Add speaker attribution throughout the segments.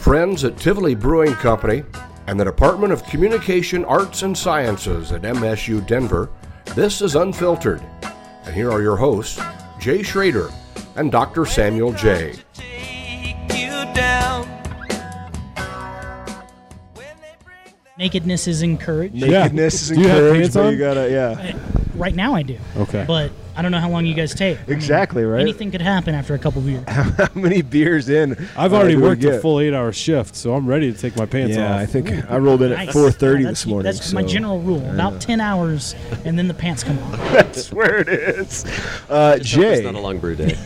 Speaker 1: friends at Tivoli Brewing Company and the Department of Communication Arts and Sciences at MSU Denver, this is Unfiltered. And here are your hosts, Jay Schrader and Dr. Samuel J.
Speaker 2: Nakedness is encouraged.
Speaker 3: Nakedness
Speaker 4: Do you
Speaker 3: is
Speaker 4: have
Speaker 3: encouraged,
Speaker 4: pants
Speaker 3: but
Speaker 4: on?
Speaker 3: you gotta, yeah.
Speaker 2: Right now, I do.
Speaker 4: Okay.
Speaker 2: But I don't know how long you guys take. I mean,
Speaker 3: Exactly, right?
Speaker 2: Anything could happen after a couple beers.
Speaker 3: How many beers in?
Speaker 4: I've
Speaker 3: uh,
Speaker 4: already
Speaker 3: do we
Speaker 4: worked a
Speaker 3: get?
Speaker 4: full eight-hour shift, so I'm ready to take my pants
Speaker 3: Yeah,
Speaker 4: off.
Speaker 3: I think I rolled in at
Speaker 2: Nice.
Speaker 3: 4:30
Speaker 2: Yeah,
Speaker 3: this
Speaker 2: that's-
Speaker 3: morning.
Speaker 2: That's my
Speaker 3: so-
Speaker 2: general rule. About 10 hours, and then the pants come off.
Speaker 3: That's where it is. Uh,
Speaker 5: It's
Speaker 3: Jay,
Speaker 5: not a long brew day.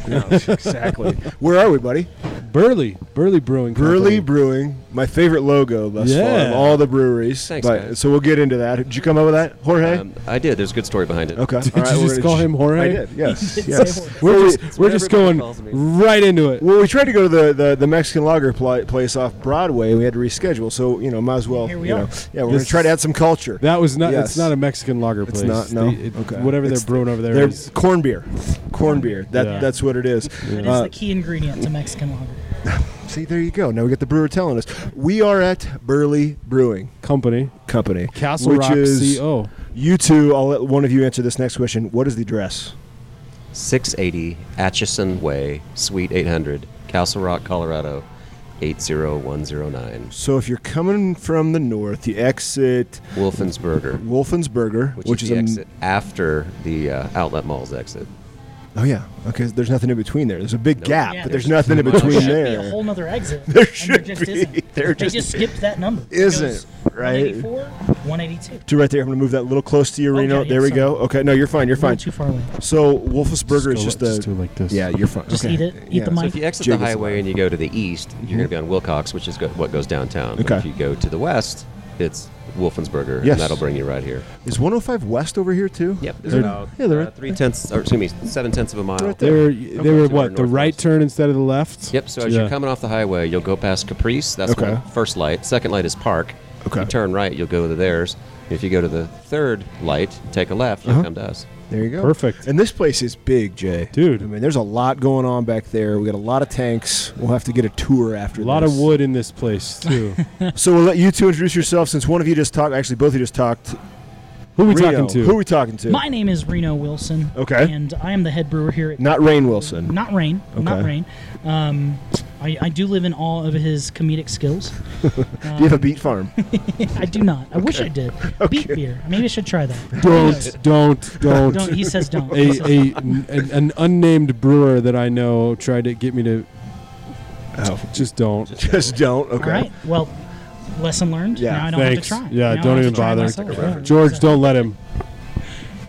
Speaker 3: exactly. Where are we, buddy?
Speaker 4: Burley, Burley Brewing.
Speaker 3: Burley
Speaker 4: Company.
Speaker 3: Brewing, my favorite logo thus far of
Speaker 4: Yeah.
Speaker 3: all the breweries.
Speaker 5: Thanks,
Speaker 3: But-
Speaker 5: man.
Speaker 3: So we'll get into that. Did you come up with that, Jorge?
Speaker 5: Um, I did. There's a good story behind it.
Speaker 3: okay.
Speaker 4: Did
Speaker 3: all right,
Speaker 4: you
Speaker 3: we're
Speaker 4: just
Speaker 3: gonna
Speaker 4: call
Speaker 3: ch-
Speaker 4: him Jorge?
Speaker 3: I did. Yes.
Speaker 2: did say
Speaker 3: yes.
Speaker 2: Jorge.
Speaker 4: We're
Speaker 3: Well,
Speaker 4: just,
Speaker 3: we-
Speaker 4: we're just going
Speaker 5: everybody calls me.
Speaker 4: right into it.
Speaker 3: well, we tried to go to the, the, the Mexican lager pl- place off Broadway. We had to reschedule, so you know, might as well.
Speaker 2: Here we
Speaker 3: you
Speaker 2: are.
Speaker 3: know, yeah, we're gonna
Speaker 4: This-
Speaker 3: try to add some culture.
Speaker 4: That was not.
Speaker 3: Yes.
Speaker 4: It's not a Mexican lager
Speaker 3: It's
Speaker 4: place.
Speaker 3: not, no?
Speaker 4: They- it-
Speaker 3: Okay.
Speaker 4: Whatever
Speaker 3: It's-
Speaker 4: they're brewing over there
Speaker 3: They're
Speaker 4: is.
Speaker 3: corn beer, corn beer. That
Speaker 4: Yeah.
Speaker 3: that's what it is.
Speaker 2: That is
Speaker 3: Uh,
Speaker 2: the key ingredient to Mexican lager.
Speaker 3: see, there you go. Now we got the brewer telling us. We are at Burley Brewing
Speaker 4: company.
Speaker 3: Company,
Speaker 4: Castle
Speaker 3: which
Speaker 4: Rock
Speaker 3: is
Speaker 4: CO.
Speaker 3: you two. I'll let one of you answer this next question. What is the address?
Speaker 5: 680 Atchison Way, Suite 800, Castle Rock, Colorado, 80109.
Speaker 3: So if you're coming from the north, you exit
Speaker 5: Wolfensburger,
Speaker 3: Wolfensburger,
Speaker 5: which,
Speaker 3: which,
Speaker 5: is,
Speaker 3: a
Speaker 5: the
Speaker 3: m-
Speaker 5: exit after the uh, outlet mall's exit.
Speaker 3: oh yeah, okay. There's nothing in between there. There's a big gap,
Speaker 2: Yeah,
Speaker 3: but
Speaker 2: there's
Speaker 3: there's nothing in
Speaker 5: not much.
Speaker 3: between
Speaker 2: should
Speaker 3: there.
Speaker 2: be a whole nother exit. There
Speaker 3: should
Speaker 2: just
Speaker 3: be.
Speaker 2: Isn't.
Speaker 3: There
Speaker 2: they
Speaker 3: just
Speaker 2: just skipped that number. It
Speaker 3: isn't,
Speaker 2: goes
Speaker 3: right?
Speaker 2: 184, 182.
Speaker 3: to right there, I'm gonna move that little close to you,
Speaker 2: Okay,
Speaker 3: Reno.
Speaker 2: Oh, yeah,
Speaker 3: there we
Speaker 2: sorry.
Speaker 3: go. Okay, no, you're fine. You're
Speaker 2: A little
Speaker 3: fine.
Speaker 2: Too far away.
Speaker 3: So Wolfensburger is
Speaker 4: go
Speaker 3: just
Speaker 4: like-
Speaker 3: the
Speaker 4: just do it like this.
Speaker 3: Yeah, you're fine.
Speaker 2: Just
Speaker 3: okay.
Speaker 2: eat it. Eat the
Speaker 3: Yeah,
Speaker 2: might.
Speaker 5: If you exit
Speaker 3: Jig is
Speaker 5: the
Speaker 3: allowed.
Speaker 5: highway and you go to the east, you're going to be on Wilcox, which is go- what goes downtown. But
Speaker 3: Okay.
Speaker 5: If you go to the west, it's Wolfensburger,
Speaker 3: Yes.
Speaker 5: and that'll bring you right here.
Speaker 3: Is 105 West over here too?
Speaker 5: Yep. There's
Speaker 4: They're-
Speaker 5: about
Speaker 4: yeah, they're
Speaker 5: uh,
Speaker 4: right-
Speaker 5: three tenths, or excuse me, seven tenths of a mile.
Speaker 3: Right
Speaker 4: They
Speaker 3: there.
Speaker 4: were
Speaker 3: Okay.
Speaker 4: they were
Speaker 5: To our
Speaker 4: what the right
Speaker 5: northwest.
Speaker 4: turn instead of the left.
Speaker 5: Yep. So as
Speaker 4: Yeah.
Speaker 5: you're coming off the highway, you'll go past Caprice. That's
Speaker 3: Okay.
Speaker 5: okay. first light. Second light is Park.
Speaker 3: Okay.
Speaker 5: You turn right, you'll go to theirs. If you go to the third light, take a left, you'll come to us.
Speaker 3: There you go.
Speaker 4: Perfect.
Speaker 3: And this place is big, Jay.
Speaker 4: Dude.
Speaker 3: I mean, there's a lot going on back there. We got a lot of tanks. We'll have to get a tour after.
Speaker 4: a lot of wood in this place too.
Speaker 3: So we'll let you two introduce yourself since one of you just talked. Actually, both of you just talked.
Speaker 4: Who are we
Speaker 3: Reno,
Speaker 4: talking to?
Speaker 3: Who are we talking to?
Speaker 2: My name is Reno Wilson.
Speaker 3: Okay.
Speaker 2: And I am the head brewer here at
Speaker 3: Not Rain Wilson.
Speaker 2: Not Rain. Not
Speaker 3: Okay.
Speaker 2: Rain. Um, I, I do live in awe of his comedic skills.
Speaker 3: Do you have a beet farm?
Speaker 2: I do not. I wish I did. Beat beer. Maybe I should try that.
Speaker 4: don't don't don't.
Speaker 2: Don't. He says don't. He
Speaker 4: a,
Speaker 2: says
Speaker 4: a an, an unnamed brewer that I know tried to get me to
Speaker 3: oh,
Speaker 4: just don't.
Speaker 3: just don't. Okay.
Speaker 2: All right. Well, lesson learned.
Speaker 3: Yeah,
Speaker 2: Now I don't
Speaker 4: Thanks.
Speaker 2: have to try.
Speaker 4: Yeah,
Speaker 2: Now I
Speaker 4: don't
Speaker 2: have
Speaker 4: even
Speaker 2: to try
Speaker 4: bother.
Speaker 2: myself. Yeah.
Speaker 4: George, don't let him.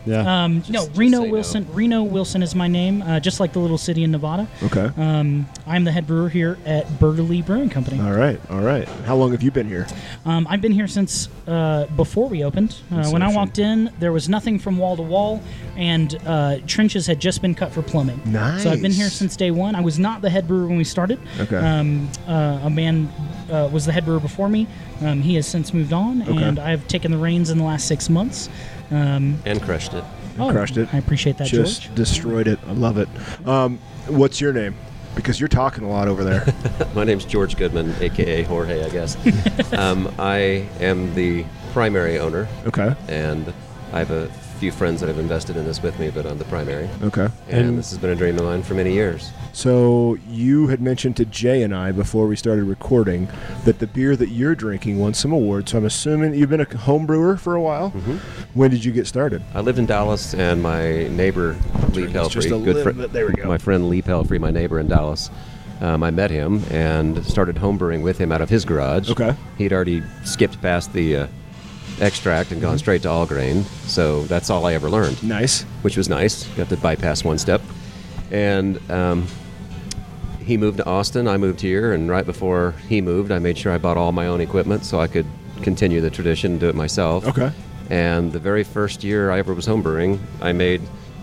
Speaker 4: Yeah.
Speaker 2: Um, no,
Speaker 5: just
Speaker 2: Reno
Speaker 5: say no.
Speaker 2: Wilson. Reno Wilson is my name, uh, just like the little city in Nevada.
Speaker 3: Okay.
Speaker 2: Um, I'm the head brewer here at Burley Brewing Company.
Speaker 3: all right. All right. How long have you been here?
Speaker 2: Um, I've been here since uh, before we opened. Uh, when I
Speaker 3: Inception.
Speaker 2: walked in, there was nothing from wall to wall, and uh, trenches had just been cut for plumbing. So I've been here
Speaker 3: Nice.
Speaker 2: since day one. I was not the head brewer when we started.
Speaker 3: Okay.
Speaker 2: Um, uh, a man uh, was the head brewer before me. Um, he has since moved on, and I have taken the reins in the last six months. Um,
Speaker 5: And crushed it.
Speaker 2: oh,
Speaker 3: crushed it.
Speaker 2: I appreciate that,
Speaker 3: just
Speaker 2: George.
Speaker 3: destroyed it. I love it. Um, what's your name? Because you're talking a lot over there.
Speaker 5: My name's George Goodman, aka Jorge, I guess. um, I am the primary owner,
Speaker 3: okay.
Speaker 5: and I have a few friends that have invested in this with me, but I'm the primary.
Speaker 3: Okay.
Speaker 5: And,
Speaker 4: And-
Speaker 5: this has been a dream of mine for many years.
Speaker 3: So you had mentioned to Jay and I before we started recording that the beer that you're drinking won some awards. So I'm assuming you've been a home brewer for a while. When did you get started?
Speaker 5: I lived in Dallas, and my neighbor Lee
Speaker 3: Turn this
Speaker 5: Pelfrey,
Speaker 3: just a
Speaker 5: good
Speaker 3: little
Speaker 5: friend,
Speaker 3: bit- there we go.
Speaker 5: my friend Lee Pelfrey, my neighbor in Dallas. Um, I met him and started homebrewing with him out of his garage.
Speaker 3: Okay.
Speaker 5: He'd already skipped past the uh, extract and
Speaker 3: Mm-hmm.
Speaker 5: gone straight to all grain, so that's all I ever learned,
Speaker 3: Nice.
Speaker 5: which was nice. Got to bypass one step, and um, he moved to Austin. I moved here, and right before he moved, I made sure I bought all my own equipment so I could continue the tradition, and do it myself.
Speaker 3: Okay.
Speaker 5: And the very first year I ever was homebrewing, I made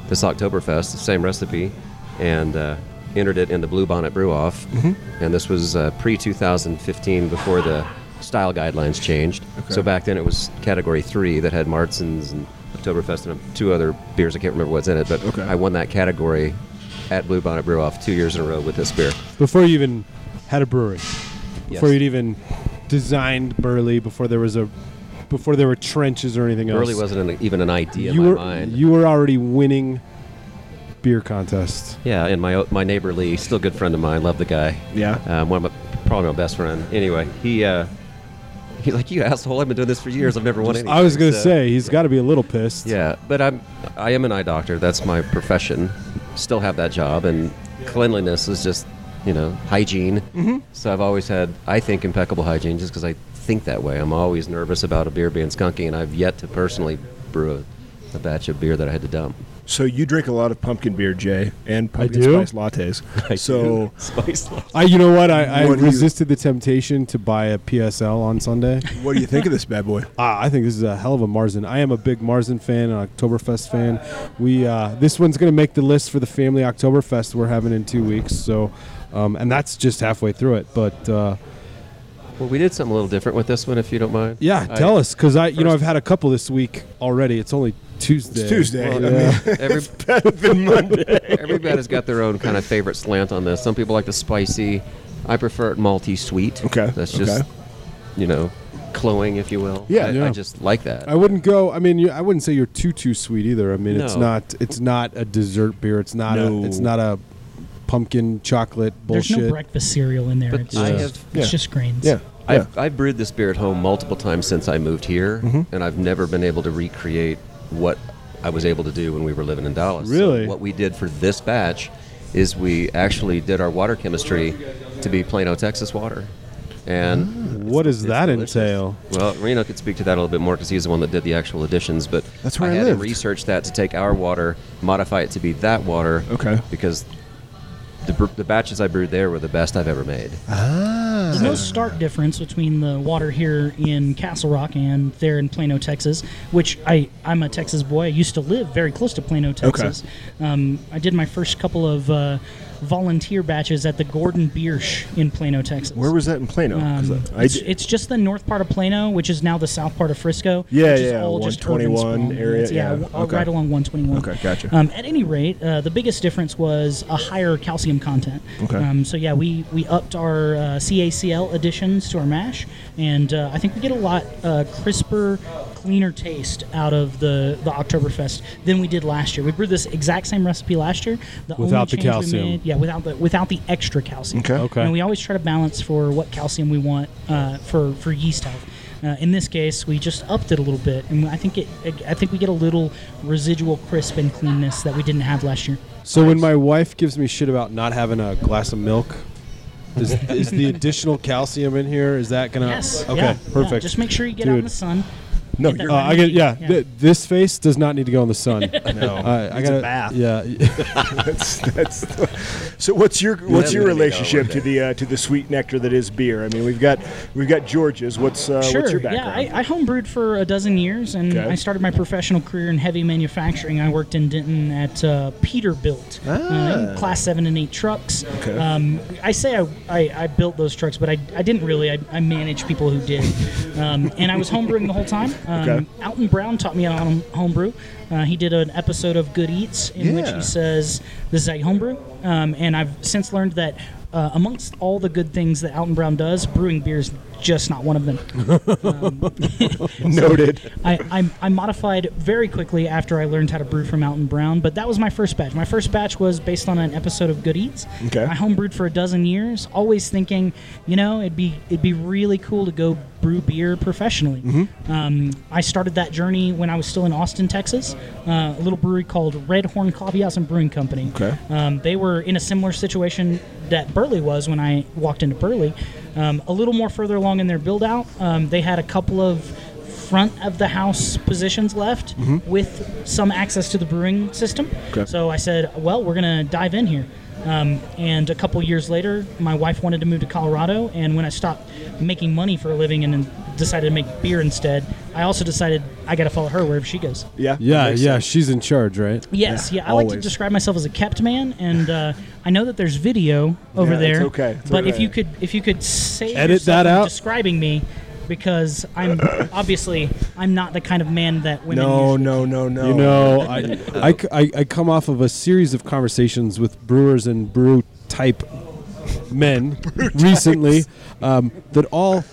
Speaker 5: this Oktoberfest, the same recipe, and uh, entered it in the Blue Bonnet Brew Off.
Speaker 4: Mm-hmm.
Speaker 5: And this was uh, pre 2015 before the style guidelines changed. So back then it was category three that had Martzens and Oktoberfest and two other beers. I can't remember what's in it, but
Speaker 3: Okay.
Speaker 5: I won that category at Blue Bonnet Brew Off two years in a row with this beer.
Speaker 4: Before you even had a brewery.
Speaker 5: Yes.
Speaker 4: before you'd even designed Burley before there was a before there were trenches or anything
Speaker 5: Burley
Speaker 4: else.
Speaker 5: wasn't an, even an idea
Speaker 4: you
Speaker 5: in my
Speaker 4: were
Speaker 5: mind.
Speaker 4: you were already winning beer contests.
Speaker 5: yeah, and my o- my neighbor Lee, still a good friend of mine, love the guy.
Speaker 3: Yeah.
Speaker 5: Um, one of my, probably my best friend. Anyway, he uh, he's like, you asshole! I've been doing this for years. I've never won anything.
Speaker 4: I was gonna
Speaker 5: So-
Speaker 4: say he's got to be a little pissed.
Speaker 5: uh, Yeah, but I'm I am an eye doctor. That's my profession. Still have that job, and cleanliness is just you know hygiene. Mm-hmm. So I've always had I think impeccable hygiene just because I think that way. I'm always nervous about a beer being skunky, and I've yet to personally brew a, a batch of beer that I had to dump.
Speaker 3: So you drink a lot of pumpkin beer, Jay, and pumpkin
Speaker 4: do.
Speaker 3: spice lattes. so
Speaker 5: Spice law.
Speaker 4: I, you know what? I, I
Speaker 3: What do you-
Speaker 4: resisted the temptation to buy a PSL on Sunday.
Speaker 3: what do you think of this bad boy?
Speaker 4: Ah, I think this is a hell of a Marzen. I am a big Marzen fan, an Oktoberfest fan. We uh, this one's going to make the list for the family Oktoberfest we're having in two weeks. So, um, and that's just halfway through it. But uh,
Speaker 5: Well, we did something a little different with this one, if you don't mind.
Speaker 4: yeah,
Speaker 5: I-
Speaker 4: tell us because I, you know,
Speaker 5: first-
Speaker 4: I've had a couple this week already. It's only Tuesday.
Speaker 3: Tuesday.
Speaker 5: Well,
Speaker 3: I mean,
Speaker 5: every,
Speaker 3: better than Monday.
Speaker 5: everybody's got their own kind of favorite slant on this. Some people like the spicy. I prefer it malty sweet.
Speaker 3: Okay,
Speaker 5: That's just,
Speaker 3: okay.
Speaker 5: you know, cloying, if you will.
Speaker 3: Yeah,
Speaker 5: I,
Speaker 4: yeah.
Speaker 5: I just like that.
Speaker 4: I wouldn't go. I mean, you, I wouldn't say you're too too sweet either. I mean, it's
Speaker 5: No.
Speaker 4: not. It's not a dessert beer. It's not.
Speaker 3: No.
Speaker 4: A, it's not a pumpkin chocolate
Speaker 2: There's
Speaker 4: bullshit.
Speaker 2: no breakfast cereal in there.
Speaker 5: But
Speaker 2: it's
Speaker 5: I
Speaker 2: just,
Speaker 5: have-
Speaker 2: it's
Speaker 3: Yeah.
Speaker 2: just grains.
Speaker 3: yeah. Yeah. Mm-hmm.
Speaker 5: I've, I've brewed this beer at home multiple times since I moved here, and I've never been able to recreate what I was able to do when we were living in Dallas. So
Speaker 4: Really?
Speaker 5: what we did for this batch is we actually did our water chemistry to be Plano, Texas water.
Speaker 3: Mm.
Speaker 5: And
Speaker 4: What does that
Speaker 5: delicious.
Speaker 4: entail?
Speaker 5: Well, Reno could speak to that a little bit more because he's the one that did the actual additions. But
Speaker 3: That's where I
Speaker 5: had him
Speaker 3: lived.
Speaker 5: research that to take our water, modify it to be that water.
Speaker 3: Okay.
Speaker 5: Because the, br- the batches I brewed there were the best I've ever made.
Speaker 2: There's no stark difference between the water here in Castle Rock and there in Plano, Texas, which I, I'm a Texas boy. I used to live very close to Plano, Texas. Um, I did my first couple of uh, volunteer batches at the Gordon Biersch in Plano, Texas.
Speaker 3: Where was that in Plano? 'Cause
Speaker 2: um,
Speaker 3: I
Speaker 2: it's,
Speaker 3: d-
Speaker 2: it's just the north part of Plano, which is now the south part of Frisco.
Speaker 3: Yeah,
Speaker 2: which is
Speaker 3: yeah,
Speaker 2: all just urban
Speaker 3: 121
Speaker 2: sprawl.
Speaker 3: area,
Speaker 2: It's-
Speaker 3: yeah,
Speaker 2: w- all
Speaker 3: okay.
Speaker 2: right along 121.
Speaker 3: Okay, gotcha.
Speaker 2: Um, at any rate, uh, the biggest difference was a higher calcium content.
Speaker 3: Okay.
Speaker 2: Um, so yeah, we we upped our uh, CACL additions to our mash, and uh, I think we get a lot uh, crisper, cleaner taste out of the the Oktoberfest than we did last year. We brewed this exact same recipe last year. The only
Speaker 4: Without the
Speaker 2: change we
Speaker 4: calcium.
Speaker 2: made- yeah, without the without the extra calcium.
Speaker 3: Okay.
Speaker 4: Okay.
Speaker 2: And we always try to balance for what calcium we want uh, for for yeast health. Uh, in this case, we just upped it a little bit, and I think it. I think we get a little residual crisp and cleanness that we didn't have last year.
Speaker 4: So when my wife gives me shit about not having a glass of milk, is, is the additional calcium in here? Is that gonna?
Speaker 2: Yes.
Speaker 4: Uh, Okay.
Speaker 2: yeah, yeah.
Speaker 4: Perfect.
Speaker 2: Just make sure you get out in
Speaker 4: Dude.
Speaker 2: the sun.
Speaker 3: no,
Speaker 2: get that
Speaker 3: you're
Speaker 4: Uh, I get yeah. Th- this face does not need to go in the sun. Uh,
Speaker 3: no.
Speaker 4: I, I
Speaker 3: It's
Speaker 4: got
Speaker 3: a bath.
Speaker 4: Yeah.
Speaker 3: that's, that's so. What's your what's
Speaker 5: that's
Speaker 3: your
Speaker 5: gonna be
Speaker 3: relationship
Speaker 5: going
Speaker 3: to the uh, to the sweet nectar that is beer? I mean, we've got we've got George's. What's uh,
Speaker 2: Sure.
Speaker 3: what's your
Speaker 2: yeah,
Speaker 3: background?
Speaker 2: I, I homebrewed for a dozen years, and
Speaker 3: Okay.
Speaker 2: I started my professional career in heavy manufacturing. I worked in Denton at uh, Peterbilt, uh, class seven and eight trucks.
Speaker 3: Ah. Okay.
Speaker 2: Um, I say I, I, I built those trucks, but I, I didn't really. I, I managed people who did, um, and I was homebrewing the whole time. Um,
Speaker 3: Okay.
Speaker 2: Alton Brown taught me how to homebrew. Uh, he did an episode of Good Eats in which
Speaker 3: Yeah.
Speaker 2: he says this is how you homebrew, um, and I've since learned that. Uh, amongst all the good things that Alton Brown does, brewing beer is just not one of them.
Speaker 3: Noted.
Speaker 2: I, I, I modified very quickly after I learned how to brew from Mountain Brown, but that was my first batch. My first batch was based on an episode of Good Eats.
Speaker 3: Okay.
Speaker 2: I homebrewed for a dozen years, always thinking, you know, it'd be it'd be really cool to go brew beer professionally. Um, I started that journey when I was still in Austin, Texas, uh, a little brewery called Red Horn Coffee House and Brewing Company.
Speaker 3: Okay.
Speaker 2: Um, they were in a similar situation that Burley was when I walked into Burley. Um, a little more further along in their build out, um, they had a couple of front of the house positions left with some access to the brewing system.
Speaker 3: Mm-hmm. Okay.
Speaker 2: So I said, well, we're going to dive in here. Um, and a couple years later, my wife wanted to move to Colorado. And when I stopped making money for a living and then decided to make beer instead, I also decided I got to follow her wherever she goes.
Speaker 3: Yeah.
Speaker 4: Yeah.
Speaker 3: makes
Speaker 4: yeah.
Speaker 3: sense.
Speaker 4: She's in charge, right?
Speaker 2: Yes, yeah. I like to
Speaker 3: always.
Speaker 2: describe myself as a kept man, and uh, I know that there's video over
Speaker 3: Yeah, it's
Speaker 2: there.
Speaker 3: okay. It's
Speaker 2: but
Speaker 3: okay.
Speaker 2: if you could, if you could save
Speaker 4: Edit
Speaker 2: yourself
Speaker 4: that
Speaker 2: from
Speaker 4: out.
Speaker 2: describing me, because I'm obviously I'm not the kind of man that women.
Speaker 3: No,
Speaker 2: usually-
Speaker 3: no, no, no.
Speaker 4: You know, I, I, c- I- I come off of a series of conversations with brewers and brew type men recently um, that all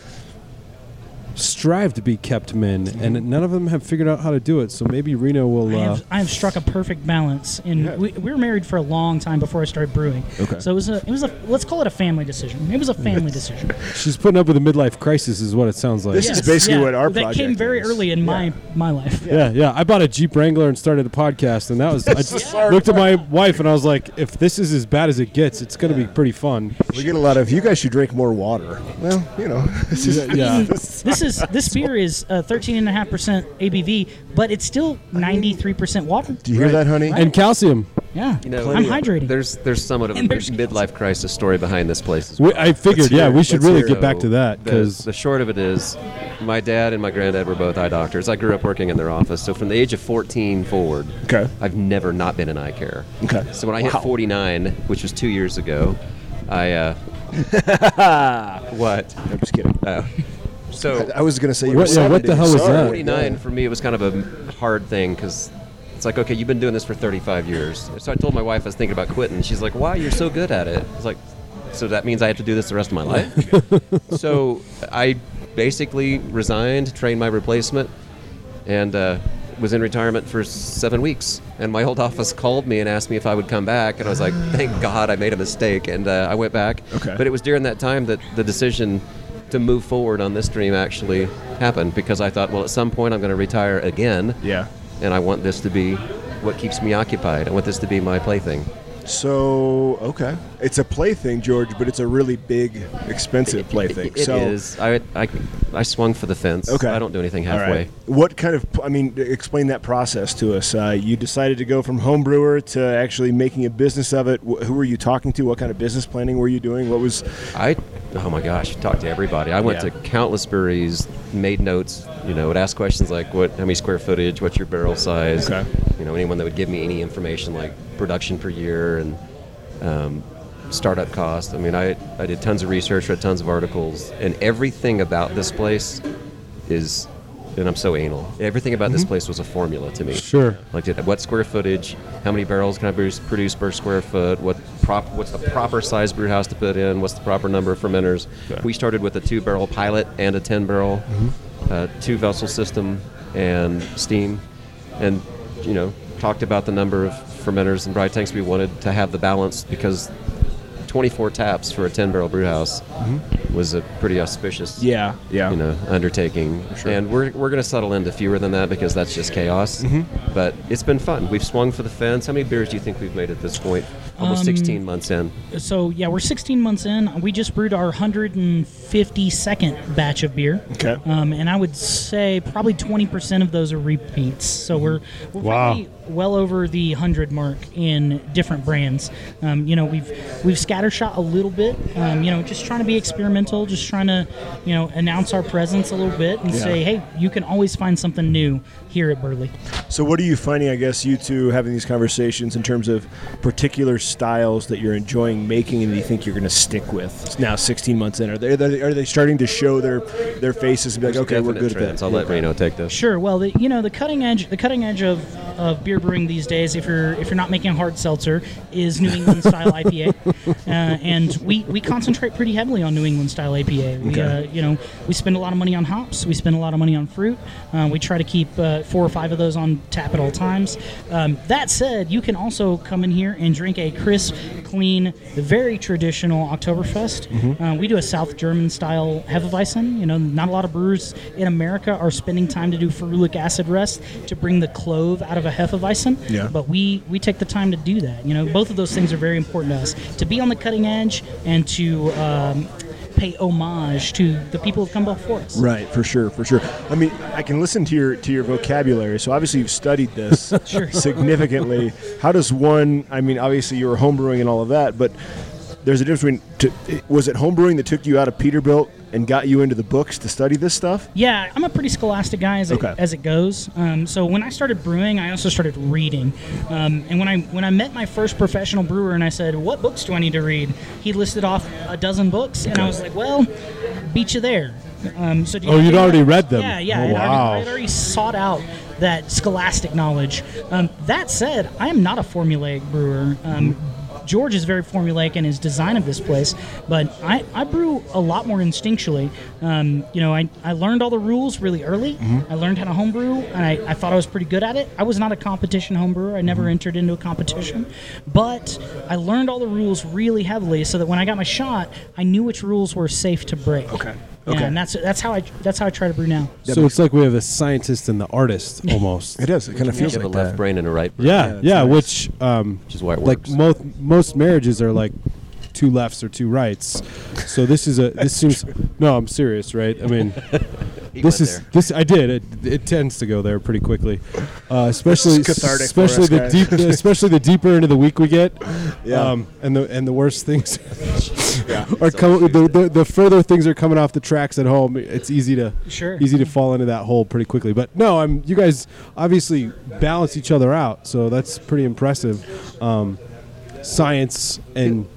Speaker 4: strive to be kept men, and none of them have figured out how to do it. So maybe Reno will.
Speaker 2: I
Speaker 4: Uh,
Speaker 2: have, I have struck a perfect balance, and we, we were married for a long time before I started brewing.
Speaker 4: Okay.
Speaker 2: So it was a, it was a, let's call it a family decision. It was a family decision.
Speaker 4: she's putting up with a midlife crisis, is what it sounds like.
Speaker 3: This is basically what our
Speaker 2: that came
Speaker 3: project
Speaker 2: very
Speaker 3: is.
Speaker 2: early in my my life.
Speaker 4: Yeah, yeah. I bought a Jeep Wrangler and started a podcast, and that was. I just
Speaker 3: Yeah.
Speaker 4: looked at my wife and I was like, "If this is as bad as it gets, it's going to be pretty fun."
Speaker 3: We get a lot of you guys should drink more water. Well, you know, this is
Speaker 4: Yeah,
Speaker 2: This is this beer is uh, 13.5% ABV, but it's still 93% water.
Speaker 3: Do you hear that, honey?
Speaker 4: and calcium.
Speaker 2: Yeah.
Speaker 5: You know,
Speaker 2: I'm hydrating.
Speaker 5: There's there's somewhat of a
Speaker 2: And there's-
Speaker 5: midlife crisis story behind this place. as
Speaker 4: We,
Speaker 5: well.
Speaker 4: I figured,
Speaker 3: hear
Speaker 4: yeah,
Speaker 3: it.
Speaker 4: we should
Speaker 3: Let's
Speaker 4: really
Speaker 3: hear it.
Speaker 4: get back to that
Speaker 5: The-
Speaker 4: because
Speaker 5: the short of it is, my dad and my granddad were both eye doctors. I grew up working in their office, so from the age of 14 forward,
Speaker 3: Okay.
Speaker 5: I've never not been in eye care.
Speaker 3: Okay.
Speaker 5: So when I hit
Speaker 3: Wow.
Speaker 5: 49, which was two years ago, I uh, what?
Speaker 3: I'm just kidding.
Speaker 5: So
Speaker 3: I was gonna say you
Speaker 4: What-
Speaker 3: were
Speaker 4: yeah, what the
Speaker 3: 70,
Speaker 4: hell was
Speaker 3: sorry.
Speaker 4: that?
Speaker 5: 49 for me it was kind of a hard thing because it's like okay you've been doing this for 35 years so i told my wife i was thinking about quitting she's like why you're so good at it it's like so that means i have to do this the rest of my life so i basically resigned trained my replacement and uh, was in retirement for seven weeks and my old office called me and asked me if i would come back and i was like thank god i made a mistake and uh, i went back
Speaker 3: Okay.
Speaker 5: but it was during that time that the decision to move forward on this dream actually happened because I thought, well, at some point I'm going to retire again,
Speaker 3: Yeah.
Speaker 5: and I want this to be what keeps me occupied. I want this to be my plaything.
Speaker 3: So okay, it's a plaything, George, but it's a really big, expensive plaything.
Speaker 5: It- it
Speaker 3: so
Speaker 5: is. I, I, I swung for the fence.
Speaker 3: Okay.
Speaker 5: I don't do anything
Speaker 3: All
Speaker 5: halfway.
Speaker 3: right. What kind of? I mean, explain that process to us. Uh, you decided to go from home brewer to actually making a business of it. Wh- who were you talking to? What kind of business planning were you doing? What was?
Speaker 5: I oh my gosh, talked to everybody. I went
Speaker 3: Yeah.
Speaker 5: to countless breweries, made notes. You know, would ask questions like, "What? How many square footage? What's your barrel size?"
Speaker 3: Okay.
Speaker 5: You know, anyone that would give me any information like production per year and um, startup cost. I mean, I I did tons of research, read tons of articles, and everything about this place is. And I'm so anal. Everything about this place was a formula to me.
Speaker 4: Sure.
Speaker 5: Like, did, what square footage? How many barrels can I produce, produce per square foot? What prop? What's the proper size brew house to put in? What's the proper number of fermenters? We started with a two-barrel pilot and a ten-barrel, uh, two-vessel system and steam, and you know talked about the number of fermenters and dry tanks we wanted to have the balance because 24 taps for a 10-barrel brew house was a pretty auspicious
Speaker 3: Yeah. Yeah.
Speaker 5: you know, undertaking. And we're, we're going to settle into fewer than that because that's just chaos. But it's been fun. We've swung for the fence. How many beers do you think we've made at this point?
Speaker 4: Um,
Speaker 5: Almost 16 months in.
Speaker 2: so yeah, we're 16 months in. We just brewed our 152nd batch of beer.
Speaker 3: Okay.
Speaker 2: Um, and I would say probably 20% of those are repeats. So we're, we're
Speaker 4: Wow.
Speaker 2: probably well over the 100 mark in different brands. Um, you know, we've we've scattershot a little bit. Um, you know, just trying to be experimental, just trying to, you know, announce our presence a little bit and say, hey, you can always find something new here at Burley.
Speaker 3: So, what are you finding, I guess, you two having these conversations in terms of particular styles that you're enjoying making and that you think you're going to stick with now 16 months in? Are they, are they, are they starting to show their, their faces and be like, okay, we're
Speaker 5: Definite
Speaker 3: good
Speaker 5: trends. I'll
Speaker 3: at that?
Speaker 5: let Reno take this.
Speaker 2: Sure. Well, the, you know the cutting edge, the cutting edge of, of beer brewing these days, if you're if you're not making a hard seltzer, is New England style IPA, uh, and we, we concentrate pretty heavily on New England style IPA. We, uh, you know we spend a lot of money on hops, we spend a lot of money on fruit. Uh, we try to keep uh, four or five of those on tap at all times. Um, that said, you can also come in here and drink a crisp, clean, very traditional Oktoberfest. Uh, we do a South German style Hefeweizen. You know, not a lot of brewers in America are spending time to do ferulic acid rest to bring the clove out of a Hefeweizen.
Speaker 3: Yeah.
Speaker 2: But we, we take the time to do that. You know, both of those things are very important to us to be on the cutting edge and to. Um, pay homage to the people who've come before us.
Speaker 3: Right, for sure, for sure. I mean, I can listen to your to your vocabulary. So obviously you've studied this
Speaker 2: Sure.
Speaker 3: significantly. How does one? I mean, obviously you were homebrewing and all of that, but there's a difference between. To, was it homebrewing that took you out of Peterbilt and got you into the books to study this stuff?
Speaker 2: Yeah, I'm a pretty scholastic guy as,
Speaker 3: Okay.
Speaker 2: it, as it goes. Um, so when I started brewing, I also started reading. Um, and when I when I met my first professional brewer, and I said, "What books do I need to read?" He listed off a dozen books, and I was like, "Well, beat you there." Um, so do
Speaker 4: Oh, you'd already read them.
Speaker 2: Yeah, yeah.
Speaker 4: Oh,
Speaker 2: I'd already-
Speaker 4: wow.
Speaker 2: I'd already sought out that scholastic knowledge. Um, that said, I am not a formulaic brewer. Um, George is very formulaic in his design of this place, but I, I brew a lot more instinctually. Um, you know, I, I learned all the rules really early.
Speaker 3: Mm-hmm.
Speaker 2: I learned how to homebrew, and I, I thought I was pretty good at it. I was not a competition homebrewer. I
Speaker 3: Mm-hmm.
Speaker 2: never entered into a competition, but I learned all the rules really heavily so that when I got my shot, I knew which rules were safe to break.
Speaker 3: Okay.
Speaker 2: Yeah,
Speaker 3: Okay.
Speaker 2: and that's that's how I that's how I try to brew now.
Speaker 4: so it's like we have the scientist and the artist almost.
Speaker 3: It is. It kind of
Speaker 5: You
Speaker 3: feels
Speaker 5: get
Speaker 3: like
Speaker 5: a left
Speaker 3: that.
Speaker 5: brain and a right brain.
Speaker 4: Yeah,
Speaker 3: that's
Speaker 4: yeah.
Speaker 3: nice.
Speaker 4: Which, um,
Speaker 5: Which is why it
Speaker 4: like
Speaker 5: works.
Speaker 4: most most marriages are like two lefts or two rights. So this is a this seems no. I'm serious, right? I mean,
Speaker 5: He
Speaker 4: this
Speaker 5: went
Speaker 4: is
Speaker 5: there.
Speaker 4: this. I did. It, it tends to go there pretty quickly, uh, especially
Speaker 3: This is cathartic for
Speaker 4: especially
Speaker 3: us,
Speaker 4: the
Speaker 3: guys.
Speaker 4: deep, especially the deeper into the week we get, um,
Speaker 3: Yeah.
Speaker 4: and the and the worse things are coming. The, the, the further things are coming off the tracks at home, it's easy to
Speaker 2: Sure.
Speaker 4: easy to fall into that hole pretty quickly. But no, I'm you guys obviously balance each other out, so that's pretty impressive. Um, science and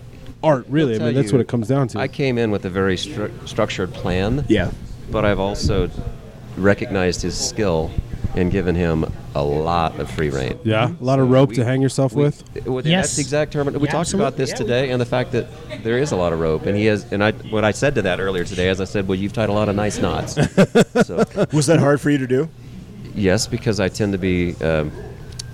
Speaker 4: art, really. I
Speaker 5: tell
Speaker 4: mean, that's
Speaker 5: you,
Speaker 4: what it comes down to.
Speaker 5: I came in with a very stru- structured plan.
Speaker 3: Yeah.
Speaker 5: But I've also recognized his skill and given him a lot of free reign.
Speaker 4: yeah, a lot of rope
Speaker 5: We-
Speaker 4: to hang yourself
Speaker 5: we-
Speaker 4: with.
Speaker 5: Well,
Speaker 2: Yes.
Speaker 5: That's the exact term. We
Speaker 2: Yeah,
Speaker 5: talked about
Speaker 2: absolutely.
Speaker 5: this
Speaker 2: Yeah, we-
Speaker 5: today, and the fact that there is a lot of rope, and he has. And I, what I said to that earlier today, as I said, well, you've tied a lot of nice knots. so,
Speaker 3: Was that hard for you to do?
Speaker 5: yes, because I tend to be um,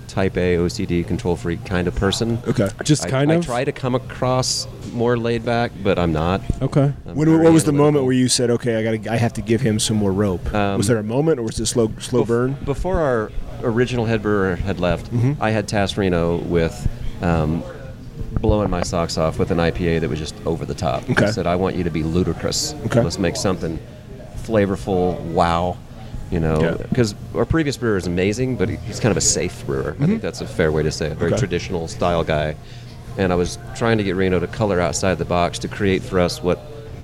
Speaker 5: type A, OCD, control freak kind of person.
Speaker 3: Okay.
Speaker 4: Just
Speaker 5: I,
Speaker 4: kind
Speaker 5: I
Speaker 4: of.
Speaker 5: try to come across more laid back, but I'm not.
Speaker 4: Okay.
Speaker 5: I'm
Speaker 3: When,
Speaker 5: very
Speaker 3: what was the
Speaker 5: analytical.
Speaker 3: moment where you said, "Okay, I got, to I have to give him some more rope"?
Speaker 5: Um,
Speaker 3: was there a moment, or was it slow, slow
Speaker 5: Bef-
Speaker 3: burn?
Speaker 5: Before our original head brewer had left,
Speaker 3: Mm-hmm.
Speaker 5: I had tasked Reno with um, blowing my socks off with an IPA that was just over the top.
Speaker 3: Okay.
Speaker 5: I said, I want you to be ludicrous.
Speaker 3: Okay.
Speaker 5: Let's make something flavorful, wow. You know,
Speaker 3: Yeah.
Speaker 5: because our previous brewer is amazing, but he- he's kind of a safe brewer. I think that's a fair way to say it. Very
Speaker 3: Mm-hmm. Okay.
Speaker 5: traditional style guy. And I was trying to get Reno to color outside the box to create for us what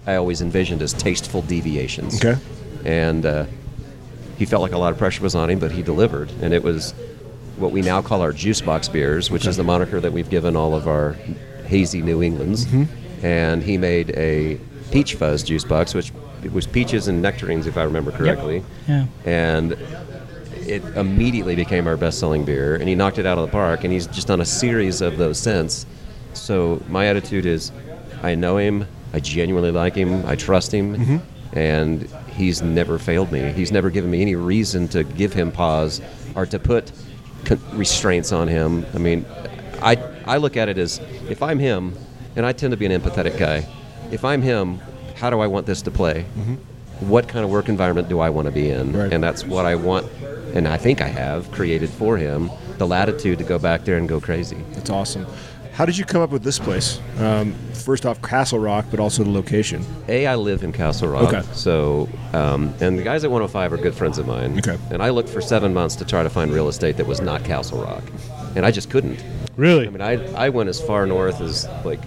Speaker 5: I always envisioned as tasteful deviations
Speaker 3: Okay.
Speaker 5: and uh, he felt like a lot of pressure was on him, but he delivered, and it was what we now call our juice box beers, which is the moniker that we've given all of our hazy New Englands. And he made a peach fuzz juice box, which it was peaches and nectarines, if I remember correctly.
Speaker 2: Yeah.
Speaker 5: And it immediately became our best-selling beer, and he knocked it out of the park. And he's just done a series of those since. So my attitude is, I know him, I genuinely like him, I trust him, and he's never failed me. He's never given me any reason to give him pause or to put con- restraints on him. I mean, I I look at it as if I'm him, and I tend to be an empathetic guy. If I'm him, how do I want this to play? What kind of work environment do I want to be in?
Speaker 3: Right.
Speaker 5: And that's what I want, and I think I have created for him the latitude to go back there and go crazy.
Speaker 3: That's awesome. How did you come up with this place? Um, first off, Castle Rock, but also the location.
Speaker 5: A, I live in Castle Rock.
Speaker 3: Okay.
Speaker 5: So, um, and the guys at 105 are good friends of mine.
Speaker 3: Okay.
Speaker 5: And I looked for seven months to try to find real estate that was not Castle Rock. And I just couldn't.
Speaker 4: Really?
Speaker 5: I mean, I, I went as far north as like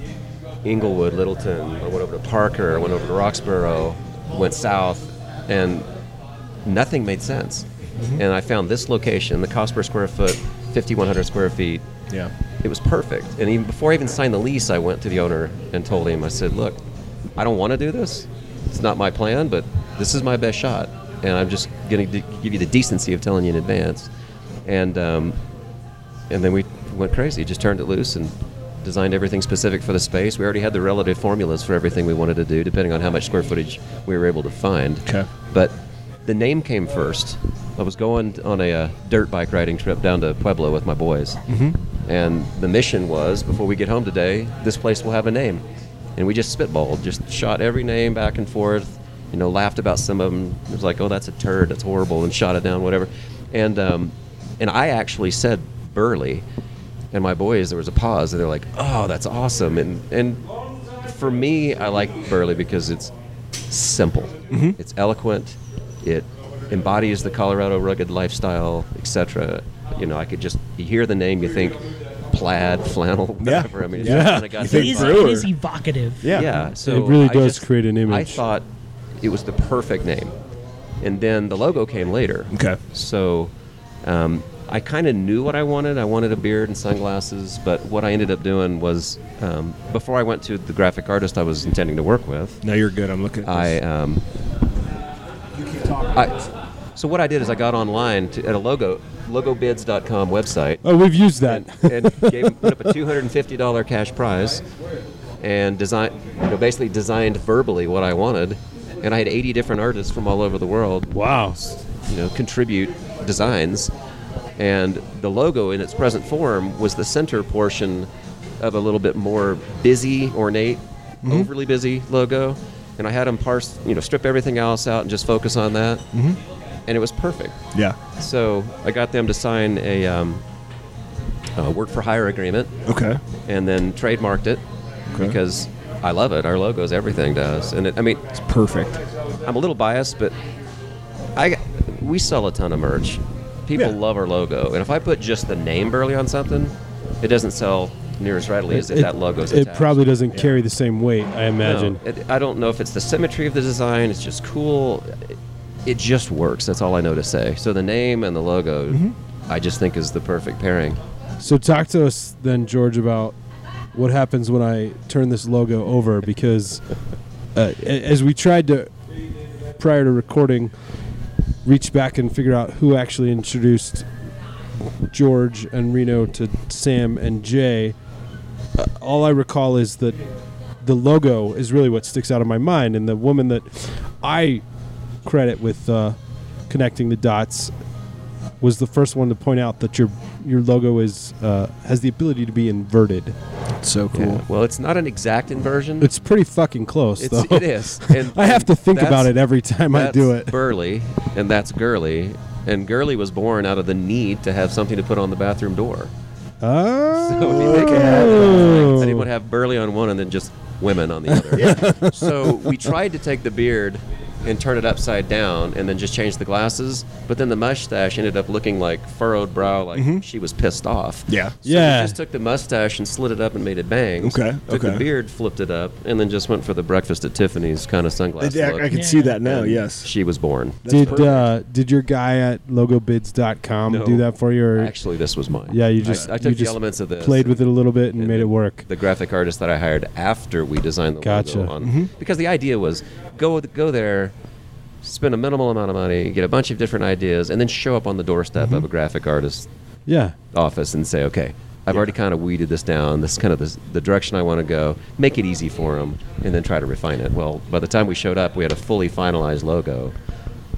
Speaker 5: Inglewood, Littleton. I went over to Parker. I went over to Roxborough. Went south, and nothing made sense. And I found this location, the cost per square foot, 5,100 square feet.
Speaker 3: Yeah.
Speaker 5: It was perfect. And even before I even signed the lease, I went to the owner and told him, I said, look, I don't want to do this. It's not my plan, but this is my best shot. And I'm just going to give you the decency of telling you in advance. And, um, and then we went crazy, just turned it loose and designed everything specific for the space. We already had the relative formulas for everything we wanted to do, depending on how much square footage we were able to find.
Speaker 3: Okay.
Speaker 5: But the name came first. I was going on a uh, dirt bike riding trip down to Pueblo with my boys. Mm-hmm. And the mission was before we get home today, this place will have a name. And we just spitballed, just shot every name back and forth, you know, laughed about some of them. It was like, oh, that's a turd, that's horrible, and shot it down, whatever. And, um, and I actually said Burley. And my boys, there was a pause, and they're like, oh, that's awesome. And, and for me, I like Burley because it's simple. It's eloquent. It embodies the Colorado rugged lifestyle, etc. You know, I could just you hear the name, you think plaid, flannel,
Speaker 3: Yeah.
Speaker 5: whatever. I mean, it's
Speaker 3: Yeah.
Speaker 5: just kinda got
Speaker 3: You
Speaker 5: that
Speaker 2: It
Speaker 3: think
Speaker 5: vibe.
Speaker 2: is,
Speaker 3: brewer.
Speaker 2: it is evocative.
Speaker 3: Yeah.
Speaker 5: Yeah, so
Speaker 4: It really
Speaker 5: I
Speaker 4: does
Speaker 5: just-
Speaker 4: create an
Speaker 5: I
Speaker 4: image.
Speaker 5: thought it was the perfect name, and then the logo came later.
Speaker 3: Okay.
Speaker 5: So um, I kind of knew what I wanted. I wanted a beard and sunglasses, but what I ended up doing was um, before I went to the graphic artist I was intending to work with,
Speaker 3: No, you're good. I'm looking. At
Speaker 5: I
Speaker 3: this.
Speaker 5: um, I, So what I did is I got online to, at a logo logobids.com website
Speaker 4: Oh, we've used that.
Speaker 5: and, and gave, put up a two hundred and fifty dollar cash prize, and design, you know, basically designed verbally what I wanted, and I had eighty different artists from all over the world,
Speaker 4: wow.
Speaker 5: you know, contribute designs, and the logo in its present form was the center portion of a little bit more busy, ornate, overly busy logo, and I had them parse, you know, strip everything else out and just focus on that, mm-hmm. and it was perfect.
Speaker 3: Yeah.
Speaker 5: So I got them to sign a, um, a work for hire agreement
Speaker 3: Okay.
Speaker 5: and then trademarked it
Speaker 3: Okay.
Speaker 5: because I love it. Our logo's everything to us. And it, I mean, it's-
Speaker 3: Perfect.
Speaker 5: I'm a little biased, but I, we sell a ton of merch. People
Speaker 3: Yeah.
Speaker 5: love our logo. And if I put just the name Burley on something, it doesn't sell near as readily as if that logo's
Speaker 4: it
Speaker 5: attached.
Speaker 4: probably doesn't carry the same weight, I imagine.
Speaker 5: No, it, I don't know if it's the symmetry of the design. It's just cool. It, it just works. That's all I know to say. So the name and the logo,
Speaker 4: Mm-hmm.
Speaker 5: I just think is the perfect pairing.
Speaker 4: So talk to us then, George, about what happens when I turn this logo over because uh, a- as we tried to prior to recording, reach back and figure out who actually introduced George and Reno to Sam and Jay. uh, all I recall is that the logo is really what sticks out of my mind, and the woman that I credit with uh, connecting the dots was the first one to point out that your your logo is uh, has the ability to be inverted.
Speaker 3: So cool.
Speaker 5: Well, it's not an exact inversion.
Speaker 4: It's pretty fucking close,
Speaker 5: It's-
Speaker 4: though.
Speaker 5: it is. And,
Speaker 4: I have
Speaker 5: and
Speaker 4: to think about
Speaker 5: that's-
Speaker 4: it every time I
Speaker 5: that's
Speaker 4: do it.
Speaker 5: Burley, and that's Gurley, and Gurley was born out of the need to have something to put on the bathroom door.
Speaker 4: Oh,
Speaker 5: So if you think about it, it's like anyone have Burley on one and then just women on the other. So we tried to take the beard and turn it upside down and then just change the glasses, but then the mustache ended up looking like furrowed brow, like she was pissed off.
Speaker 3: Mm-hmm. Yeah.
Speaker 5: So we
Speaker 4: Yeah.
Speaker 5: just took the mustache and slid it up and made it bangs.
Speaker 3: Okay,
Speaker 5: Took
Speaker 3: okay.
Speaker 5: the beard, flipped it up, and then just went for the breakfast at Tiffany's kind of
Speaker 3: I,
Speaker 5: sunglasses.
Speaker 3: I-
Speaker 5: look.
Speaker 3: I can
Speaker 2: Yeah.
Speaker 3: see that now.
Speaker 5: And
Speaker 3: Yes.
Speaker 5: She was born.
Speaker 4: did uh, did your guy at logobids.com
Speaker 5: No.
Speaker 4: do that for you? Or
Speaker 5: Actually, this was mine.
Speaker 4: yeah, you just
Speaker 5: I, I took
Speaker 4: you
Speaker 5: the
Speaker 4: just
Speaker 5: elements of this.
Speaker 4: played with it a little bit and,
Speaker 5: and
Speaker 4: made
Speaker 5: the-
Speaker 4: it work.
Speaker 5: The graphic artist that I hired after we designed the
Speaker 4: Gotcha. Mm-hmm.
Speaker 5: logo on, because the idea was go go there, spend a minimal amount of money, get a bunch of different ideas, and then show up on the doorstep
Speaker 4: Mm-hmm.
Speaker 5: of a graphic artist
Speaker 4: Yeah,
Speaker 5: office and say, okay, I've already kind of weeded this down. This is kind of the, the direction I want to go. Make it easy for them, and then try to refine it. Well, by the time we showed up, we had a fully finalized logo,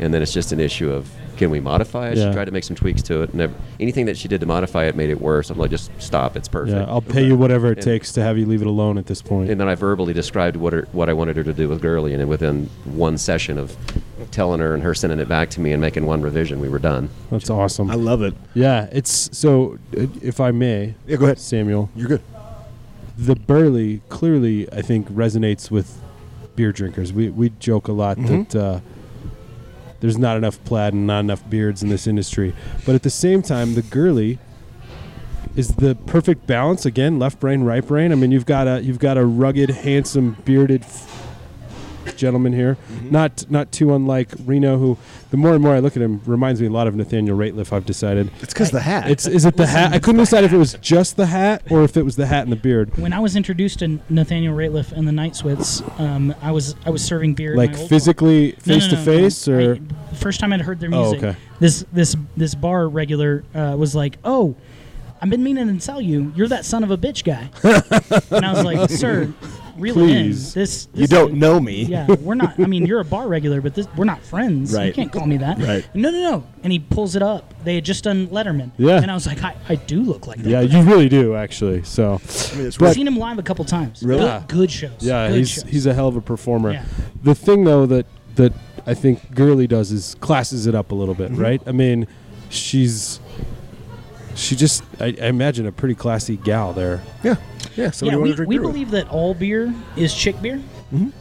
Speaker 5: and then it's just an issue of can we modify it?
Speaker 4: Yeah.
Speaker 5: She tried to make some tweaks to it, and ev- anything that she did to modify it made it worse. I'm like, just stop. It's perfect.
Speaker 4: yeah. I'll pay you whatever it takes to have you leave it alone at this point.
Speaker 5: And then I verbally described what her, what I wanted her to do with Gurley, and within one session of telling her and her sending it back to me and making one revision, we were done.
Speaker 4: That's awesome.
Speaker 3: I love it.
Speaker 4: yeah, it's so. uh, If I may,
Speaker 3: Yeah. Go ahead.
Speaker 4: Samuel,
Speaker 3: You're good.
Speaker 4: the Burley clearly, I think, resonates with beer drinkers. We we joke a lot that uh, there's not enough plaid and not enough beards in this industry, but at the same time, the Gurley is the perfect balance. Again, left brain, right brain. I mean, you've got a you've got a rugged, handsome, bearded. F- gentleman here not not too unlike reno who the more and more i look at him reminds me a lot of nathaniel rateliff i've decided
Speaker 3: It's because the hat.
Speaker 4: it's is it the hat i couldn't decide if it was just the hat or if it was the hat and the beard
Speaker 2: When I was introduced to Nathaniel Rateliff and the Night Sweats, um, I was I was serving beer. at my
Speaker 4: like
Speaker 2: old bar.
Speaker 4: physically
Speaker 2: No, no,
Speaker 4: face to
Speaker 2: no,
Speaker 4: face
Speaker 2: no.
Speaker 4: or
Speaker 2: I- first time I'd heard their
Speaker 4: Oh,
Speaker 2: music.
Speaker 4: okay.
Speaker 2: This this this bar regular uh, was like, oh. I've been meaning to tell you, you're that son of a bitch guy. and I was like, sir, reel it in.
Speaker 4: Please.
Speaker 2: This, this
Speaker 3: you don't
Speaker 2: is-
Speaker 3: know me.
Speaker 2: Yeah, we're not. I mean, you're a bar regular, but this, we're not friends. You
Speaker 3: Right.
Speaker 2: can't call me that.
Speaker 3: Right.
Speaker 2: No, no, no. And he pulls it up. They had just done Letterman.
Speaker 4: Yeah.
Speaker 2: And I was like, I, I do look like that.
Speaker 4: yeah you really do actually so
Speaker 3: I mean, it's
Speaker 2: I've
Speaker 3: worth-
Speaker 2: seen him live a couple times.
Speaker 3: Really?
Speaker 2: Good,
Speaker 4: Yeah.
Speaker 2: good shows.
Speaker 4: yeah
Speaker 2: Good
Speaker 4: he's
Speaker 2: shows.
Speaker 4: he's a hell of a performer
Speaker 2: Yeah.
Speaker 4: the thing though that that i think Gurley does is classes it up a little bit right i mean she's she just I, I imagine a pretty classy gal there
Speaker 3: yeah. Yeah. So
Speaker 2: yeah,
Speaker 3: you want
Speaker 2: we,
Speaker 3: to drink
Speaker 2: we
Speaker 3: beer with?
Speaker 2: believe
Speaker 3: Mm-hmm.
Speaker 2: that all beer is chick beer.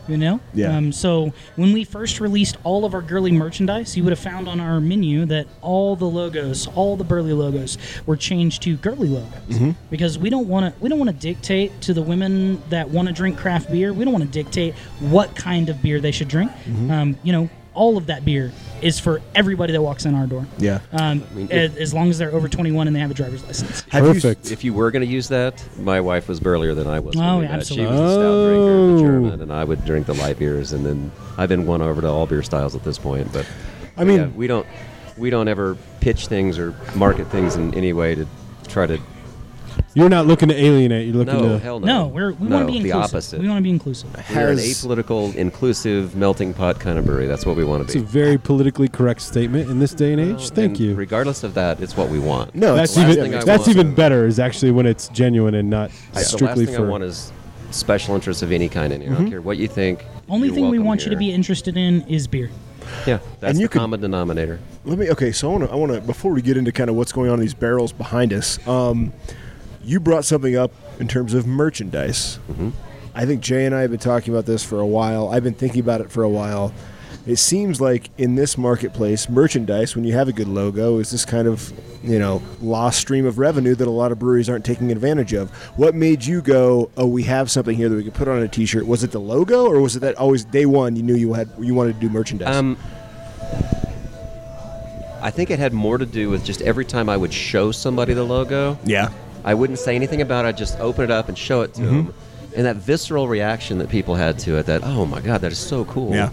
Speaker 2: You know?
Speaker 3: Yeah.
Speaker 2: Um, so when we first released all of our girly merchandise, you would have found on our menu that all the logos, all the burly logos, were changed to girly logos
Speaker 3: Mm-hmm.
Speaker 2: because we don't want to we don't want to dictate to the women that want to drink craft beer. We don't want to dictate what kind of beer they should drink.
Speaker 3: Mm-hmm.
Speaker 2: Um, you know, all of that beer is for everybody that walks in our door.
Speaker 3: Yeah.
Speaker 2: Um,
Speaker 5: mean,
Speaker 2: as, as long as they're over 21 and they have a driver's license.
Speaker 3: Have you s-
Speaker 4: perfect
Speaker 5: If you were going to use that, my wife was burlier than I was. when
Speaker 2: Oh,
Speaker 5: we
Speaker 2: yeah,
Speaker 5: met. She
Speaker 2: absolutely.
Speaker 5: was a stout drinker,
Speaker 4: Oh.
Speaker 5: the German, and I would drink the light beers. And then I've been won over to all beer styles at this point. But
Speaker 3: I mean,
Speaker 5: yeah, we don't we don't ever pitch things or market things in any way to try to.
Speaker 4: You're not looking to alienate. You're looking
Speaker 5: No,
Speaker 4: to.
Speaker 5: hell no.
Speaker 2: No, we're, we
Speaker 5: no,
Speaker 2: want to be
Speaker 5: the
Speaker 2: inclusive.
Speaker 5: opposite.
Speaker 2: We want to be inclusive.
Speaker 5: We're an
Speaker 3: Has-
Speaker 5: apolitical, inclusive, melting pot kind of brewery. That's what we want
Speaker 4: It's
Speaker 5: to
Speaker 4: a
Speaker 5: be.
Speaker 4: very politically correct statement in this day and age. Thank
Speaker 5: And
Speaker 4: you.
Speaker 5: Regardless of that, it's what we want.
Speaker 3: No,
Speaker 4: that's
Speaker 5: the last
Speaker 4: even
Speaker 5: thing I
Speaker 4: that's
Speaker 5: want.
Speaker 4: even better. Is actually when it's genuine and not
Speaker 5: I- the last
Speaker 4: strictly
Speaker 5: thing I
Speaker 4: for.
Speaker 5: want is special interests of any kind in here. I
Speaker 3: Mm-hmm.
Speaker 5: don't care what you think.
Speaker 2: Only
Speaker 5: you're
Speaker 2: thing we
Speaker 5: welcome
Speaker 2: want you to
Speaker 5: here.
Speaker 2: be interested in is beer.
Speaker 5: Yeah, that's
Speaker 3: you
Speaker 5: the
Speaker 3: could-
Speaker 5: common denominator.
Speaker 3: Let me. Okay, so I want to. I want to. Before we get into kind of what's going on in these barrels behind us, um, you brought something up in terms of merchandise. Mm-hmm. I think Jay and I have been talking about this for a while. I've been thinking about it for a while. It seems like in this marketplace, merchandise, when you have a good logo, is this kind of you know lost stream of revenue that a lot of breweries aren't taking advantage of. What made you go? Oh, we have something here that we could put on a T-shirt. Was it the logo, or was it that always day one you knew you had you wanted to do merchandise?
Speaker 5: Um, I think it had more to do with just every time I would show somebody the logo.
Speaker 3: yeah.
Speaker 5: I wouldn't say anything about it. I'd just open it up and show it to
Speaker 3: Mm-hmm.
Speaker 5: them. And that visceral reaction that people had to it, that, oh my God, that is so cool.
Speaker 3: Yeah.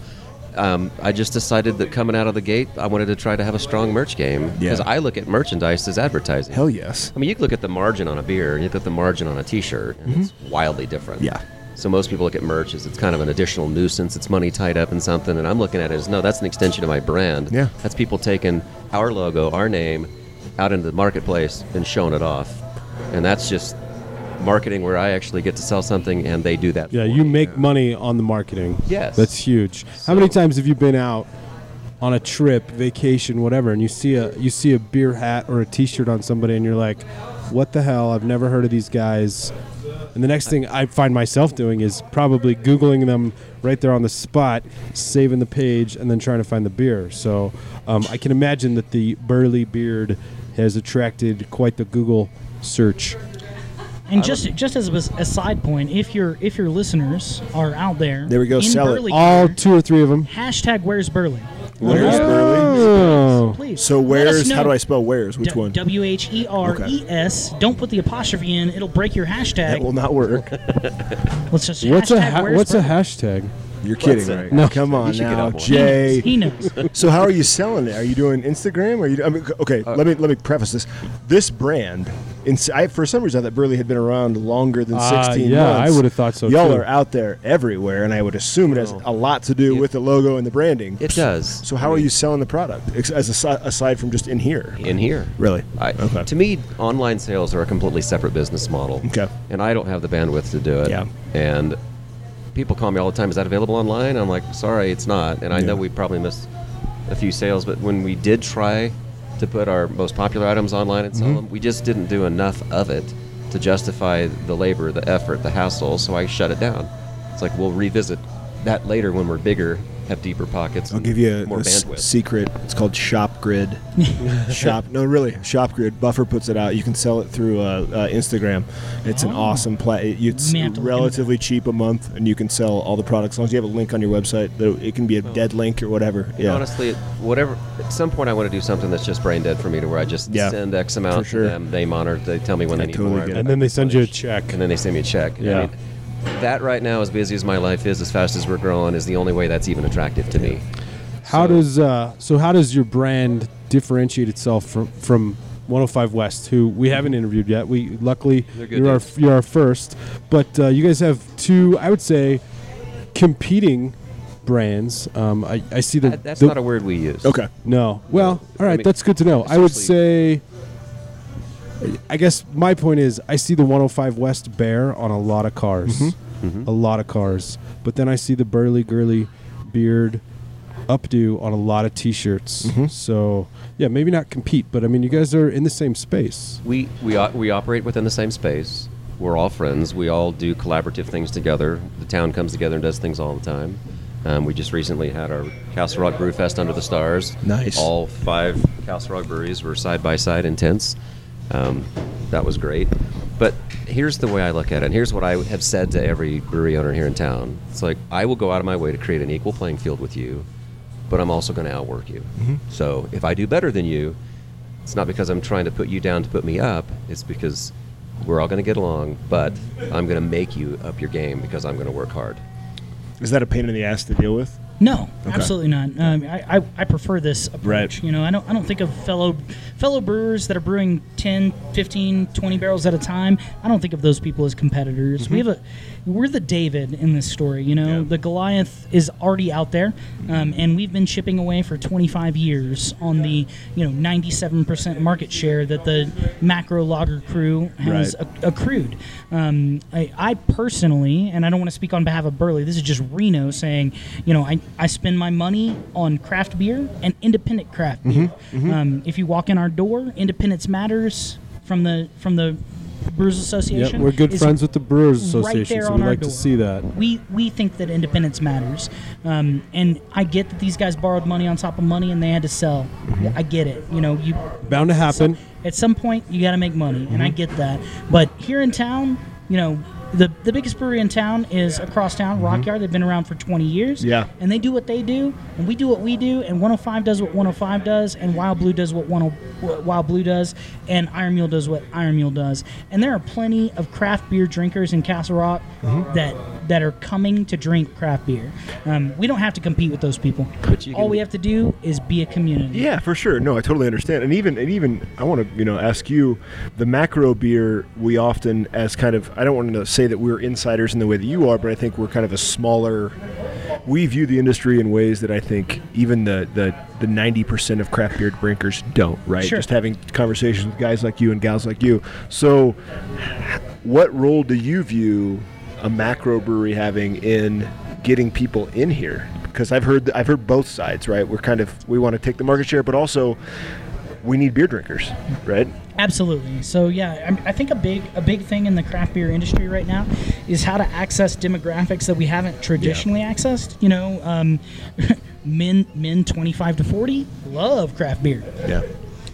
Speaker 5: Um, I just decided that coming out of the gate, I wanted to try to have a strong merch game.
Speaker 3: Yeah.
Speaker 5: Because I look at merchandise as advertising.
Speaker 3: Hell yes.
Speaker 5: I mean, you can look at the margin on a beer, and you look at the margin on a T-shirt, and it's wildly different.
Speaker 3: Mm-hmm. Yeah.
Speaker 5: So most people look at merch as it's kind of an additional nuisance. It's money tied up in something, and I'm looking at it as no, that's an extension of my brand.
Speaker 3: Yeah.
Speaker 5: That's people taking our logo, our name, out into the marketplace and showing it off, and that's just marketing where I actually get to sell something, and they do that.
Speaker 4: Yeah,
Speaker 5: for
Speaker 4: you
Speaker 5: me.
Speaker 4: make money on the marketing.
Speaker 5: Yes.
Speaker 4: That's huge. How many
Speaker 5: So-
Speaker 4: times have you been out on a trip, vacation, whatever, and you see a you see a beer hat or a t-shirt on somebody and you're like, "What the hell? I've never heard of these guys." And the next thing I find myself doing is probably googling them right there on the spot, saving the page and then trying to find the beer. So, um, I can imagine that the burly beard has attracted quite the Google search.
Speaker 2: And just just as a, a side point, if your if your listeners are out there,
Speaker 3: There we go,
Speaker 2: in
Speaker 3: sell it.
Speaker 2: Burley
Speaker 4: All
Speaker 2: gear,
Speaker 4: two or three of them.
Speaker 2: hashtag Where's Burley?
Speaker 3: Where's Burley?
Speaker 4: Oh.
Speaker 2: Please.
Speaker 3: So
Speaker 2: let us
Speaker 3: where's
Speaker 2: know.
Speaker 3: how do I spell where's? Which
Speaker 2: D-
Speaker 3: one?
Speaker 2: W H E R E S. Don't put the apostrophe in; it'll break your hashtag.
Speaker 3: That will not work.
Speaker 2: Let's just
Speaker 4: What's a
Speaker 2: hashtag
Speaker 4: ha-
Speaker 2: Where's
Speaker 4: what's a
Speaker 2: Burley.
Speaker 4: hashtag?
Speaker 3: You're kidding, right?
Speaker 4: No.
Speaker 3: come
Speaker 5: uh, You
Speaker 3: on
Speaker 5: should get
Speaker 3: now,
Speaker 5: up one.
Speaker 2: He
Speaker 3: Jay.
Speaker 2: knows. He knows.
Speaker 3: So how are you selling it? Are you doing Instagram? Are you? I mean, c- okay,
Speaker 5: Uh,
Speaker 3: let me let me preface this. This brand, in, I for some reason I thought Burley had been around longer than
Speaker 4: Ah,
Speaker 3: 16
Speaker 4: yeah,
Speaker 3: months.
Speaker 4: I would've thought so,
Speaker 3: Y'all
Speaker 4: too.
Speaker 3: are out there everywhere, and I would assume it has
Speaker 5: No.
Speaker 3: a lot to do
Speaker 5: It-
Speaker 3: with the logo and the branding.
Speaker 5: It does.
Speaker 3: So how are you selling the product ex- as asi- aside from just in here?
Speaker 5: in here.
Speaker 3: Really?
Speaker 5: I,
Speaker 3: Okay.
Speaker 5: To me, online sales are a completely separate business model.
Speaker 3: Okay.
Speaker 5: And I don't have the bandwidth to do it.
Speaker 3: Yeah.
Speaker 5: And people call me all the time, is that available online? I'm like, sorry, it's not. And I know
Speaker 3: Yeah.
Speaker 5: we probably missed a few sales, but when we did try to put our most popular items online and sell
Speaker 3: Mm-hmm.
Speaker 5: them, we just didn't do enough of it to justify the labor, the effort, the hassle. So I shut it down. It's like, we'll revisit that later when we're bigger, have deeper pockets.
Speaker 3: I'll
Speaker 5: and
Speaker 3: give you a,
Speaker 5: more
Speaker 3: a s-
Speaker 5: bandwidth.
Speaker 3: secret. It's called Shop Grid. Shop, no, really, Shop Grid. Buffer puts it out. You can sell it through uh, uh, Instagram. It's an
Speaker 2: Oh.
Speaker 3: awesome plat. It's
Speaker 2: May have to look into
Speaker 3: relatively cheap a month, and you can sell all the products as long as you have a link on your website. though It can be a dead link or whatever. Yeah,
Speaker 5: Honestly, whatever. At some point, I want to do something that's just brain dead for me, to where I just
Speaker 3: Yeah,
Speaker 5: send X amount
Speaker 3: for sure.
Speaker 5: to them. They monitor. They tell me when
Speaker 3: I
Speaker 5: they need
Speaker 3: totally
Speaker 5: more,
Speaker 3: get it.
Speaker 4: And then they send you a check.
Speaker 5: and then they send me a check.
Speaker 4: Yeah.
Speaker 5: I mean, that right now, as busy as my life is, as fast as we're growing, is the only way that's even attractive to me.
Speaker 4: How
Speaker 5: So-
Speaker 4: does uh, so how does your brand differentiate itself from from 105 West, who we haven't interviewed yet? We luckily
Speaker 5: They're good
Speaker 4: you're our,
Speaker 5: dudes.
Speaker 4: you're our first, but uh, you guys have two, I would say, competing brands. Um, I, I see the
Speaker 5: That, Uh, that's
Speaker 4: the-
Speaker 5: not a word we use.
Speaker 3: Okay.
Speaker 4: No. Well, all
Speaker 5: I
Speaker 4: right.
Speaker 5: mean,
Speaker 4: that's good to know. I would say.
Speaker 5: essentially-
Speaker 4: I guess my point is, I see the 105 West Bear on a lot of cars,
Speaker 5: Mm-hmm.
Speaker 4: a lot of cars. But then I see the burly girly beard updo on a lot of T-shirts.
Speaker 5: Mm-hmm.
Speaker 4: So yeah, maybe not compete, but I mean, you guys are in the same space.
Speaker 5: We we o- we operate within the same space. We're all friends. We all do collaborative things together. The town comes together and does things all the time. Um, we just recently had our Castle Rock Brew Fest under the stars.
Speaker 3: Nice.
Speaker 5: All five Castle Rock breweries were side by side in tents. Um, that was great. But here's the way I look at it. And here's what I have said to every brewery owner here in town. It's like I will go out of my way to create an equal playing field with you, but I'm also going to outwork you. So if I do better than you, it's not because I'm trying to put you down to put me up. It's because we're all going to get along, but I'm going to make you up your game because I'm going to work hard.
Speaker 3: Is that a pain in the ass to deal with?
Speaker 2: No, absolutely not. Um, I, I, I prefer this approach.
Speaker 3: Right.
Speaker 2: You know, I don't I don't think of fellow fellow brewers that are brewing 10, 15, 20 barrels at a time. I don't think of those people as competitors. We have a we're the David in this story. You know,
Speaker 3: Mm-hmm. Yeah.
Speaker 2: the Goliath is already out there, um, and we've been chipping away for 25 years on the you know 97 percent market share that the macro lager crew has
Speaker 3: Right.
Speaker 2: acc- accrued. Um, I, I personally, and I don't want to speak on behalf of Burley, this is just Reno saying, you know, I, I spend my money on craft beer and independent craft
Speaker 4: Mm-hmm,
Speaker 2: beer. Um, if you walk in our door, independence matters from the from the Brewers
Speaker 4: Yep,
Speaker 2: Association.
Speaker 4: we're good
Speaker 2: is
Speaker 4: friends with the Brewers Association,
Speaker 2: right there
Speaker 4: so
Speaker 2: on
Speaker 4: we
Speaker 2: our
Speaker 4: like
Speaker 2: door.
Speaker 4: to see that.
Speaker 2: We we think that independence matters, um, and I get that these guys borrowed money on top of money and they had to sell.
Speaker 4: Mm-hmm.
Speaker 2: I get it. You know, you
Speaker 4: Bound to happen.
Speaker 2: at some point you got to make money, and
Speaker 5: Mm-hmm.
Speaker 2: I get that. But here in town, you know, the the biggest brewery in town is across town,
Speaker 5: Mm-hmm.
Speaker 2: Rock Yard. They've been around for 20 years.
Speaker 3: Yeah.
Speaker 2: and they do what they do, and we do what we do, and 105 does what 105 does, and Wild Blue does what, 10, what Wild Blue does, and Iron Mule does what Iron Mule does. And there are plenty of craft beer drinkers in Castle Rock
Speaker 5: Mm-hmm.
Speaker 2: that that are coming to drink craft beer. Um, we don't have to compete with those people.
Speaker 5: But you
Speaker 2: All
Speaker 5: can-
Speaker 2: we have to do is be a community.
Speaker 3: Yeah, for sure. No, I totally understand. And even and even I want to you know ask you, the macro beer we often as kind of I don't want to say that we're insiders in the way that you are, but I think we're kind of a smaller. We view the industry in ways that I think even the the the ninety percent of craft beer drinkers don't. Right.
Speaker 2: Sure.
Speaker 3: Just having conversations with guys like you and gals like you. So, what role do you view a macro brewery having in getting people in here? Because I've heard I've heard both sides, right? We're kind of we want to take the market share, but also we need beer drinkers, right?
Speaker 2: Absolutely. So yeah, I, I think a big a big thing in the craft beer industry right now is how to access demographics that we haven't traditionally accessed. You know, um, men men twenty five to forty love craft beer.
Speaker 3: Yeah.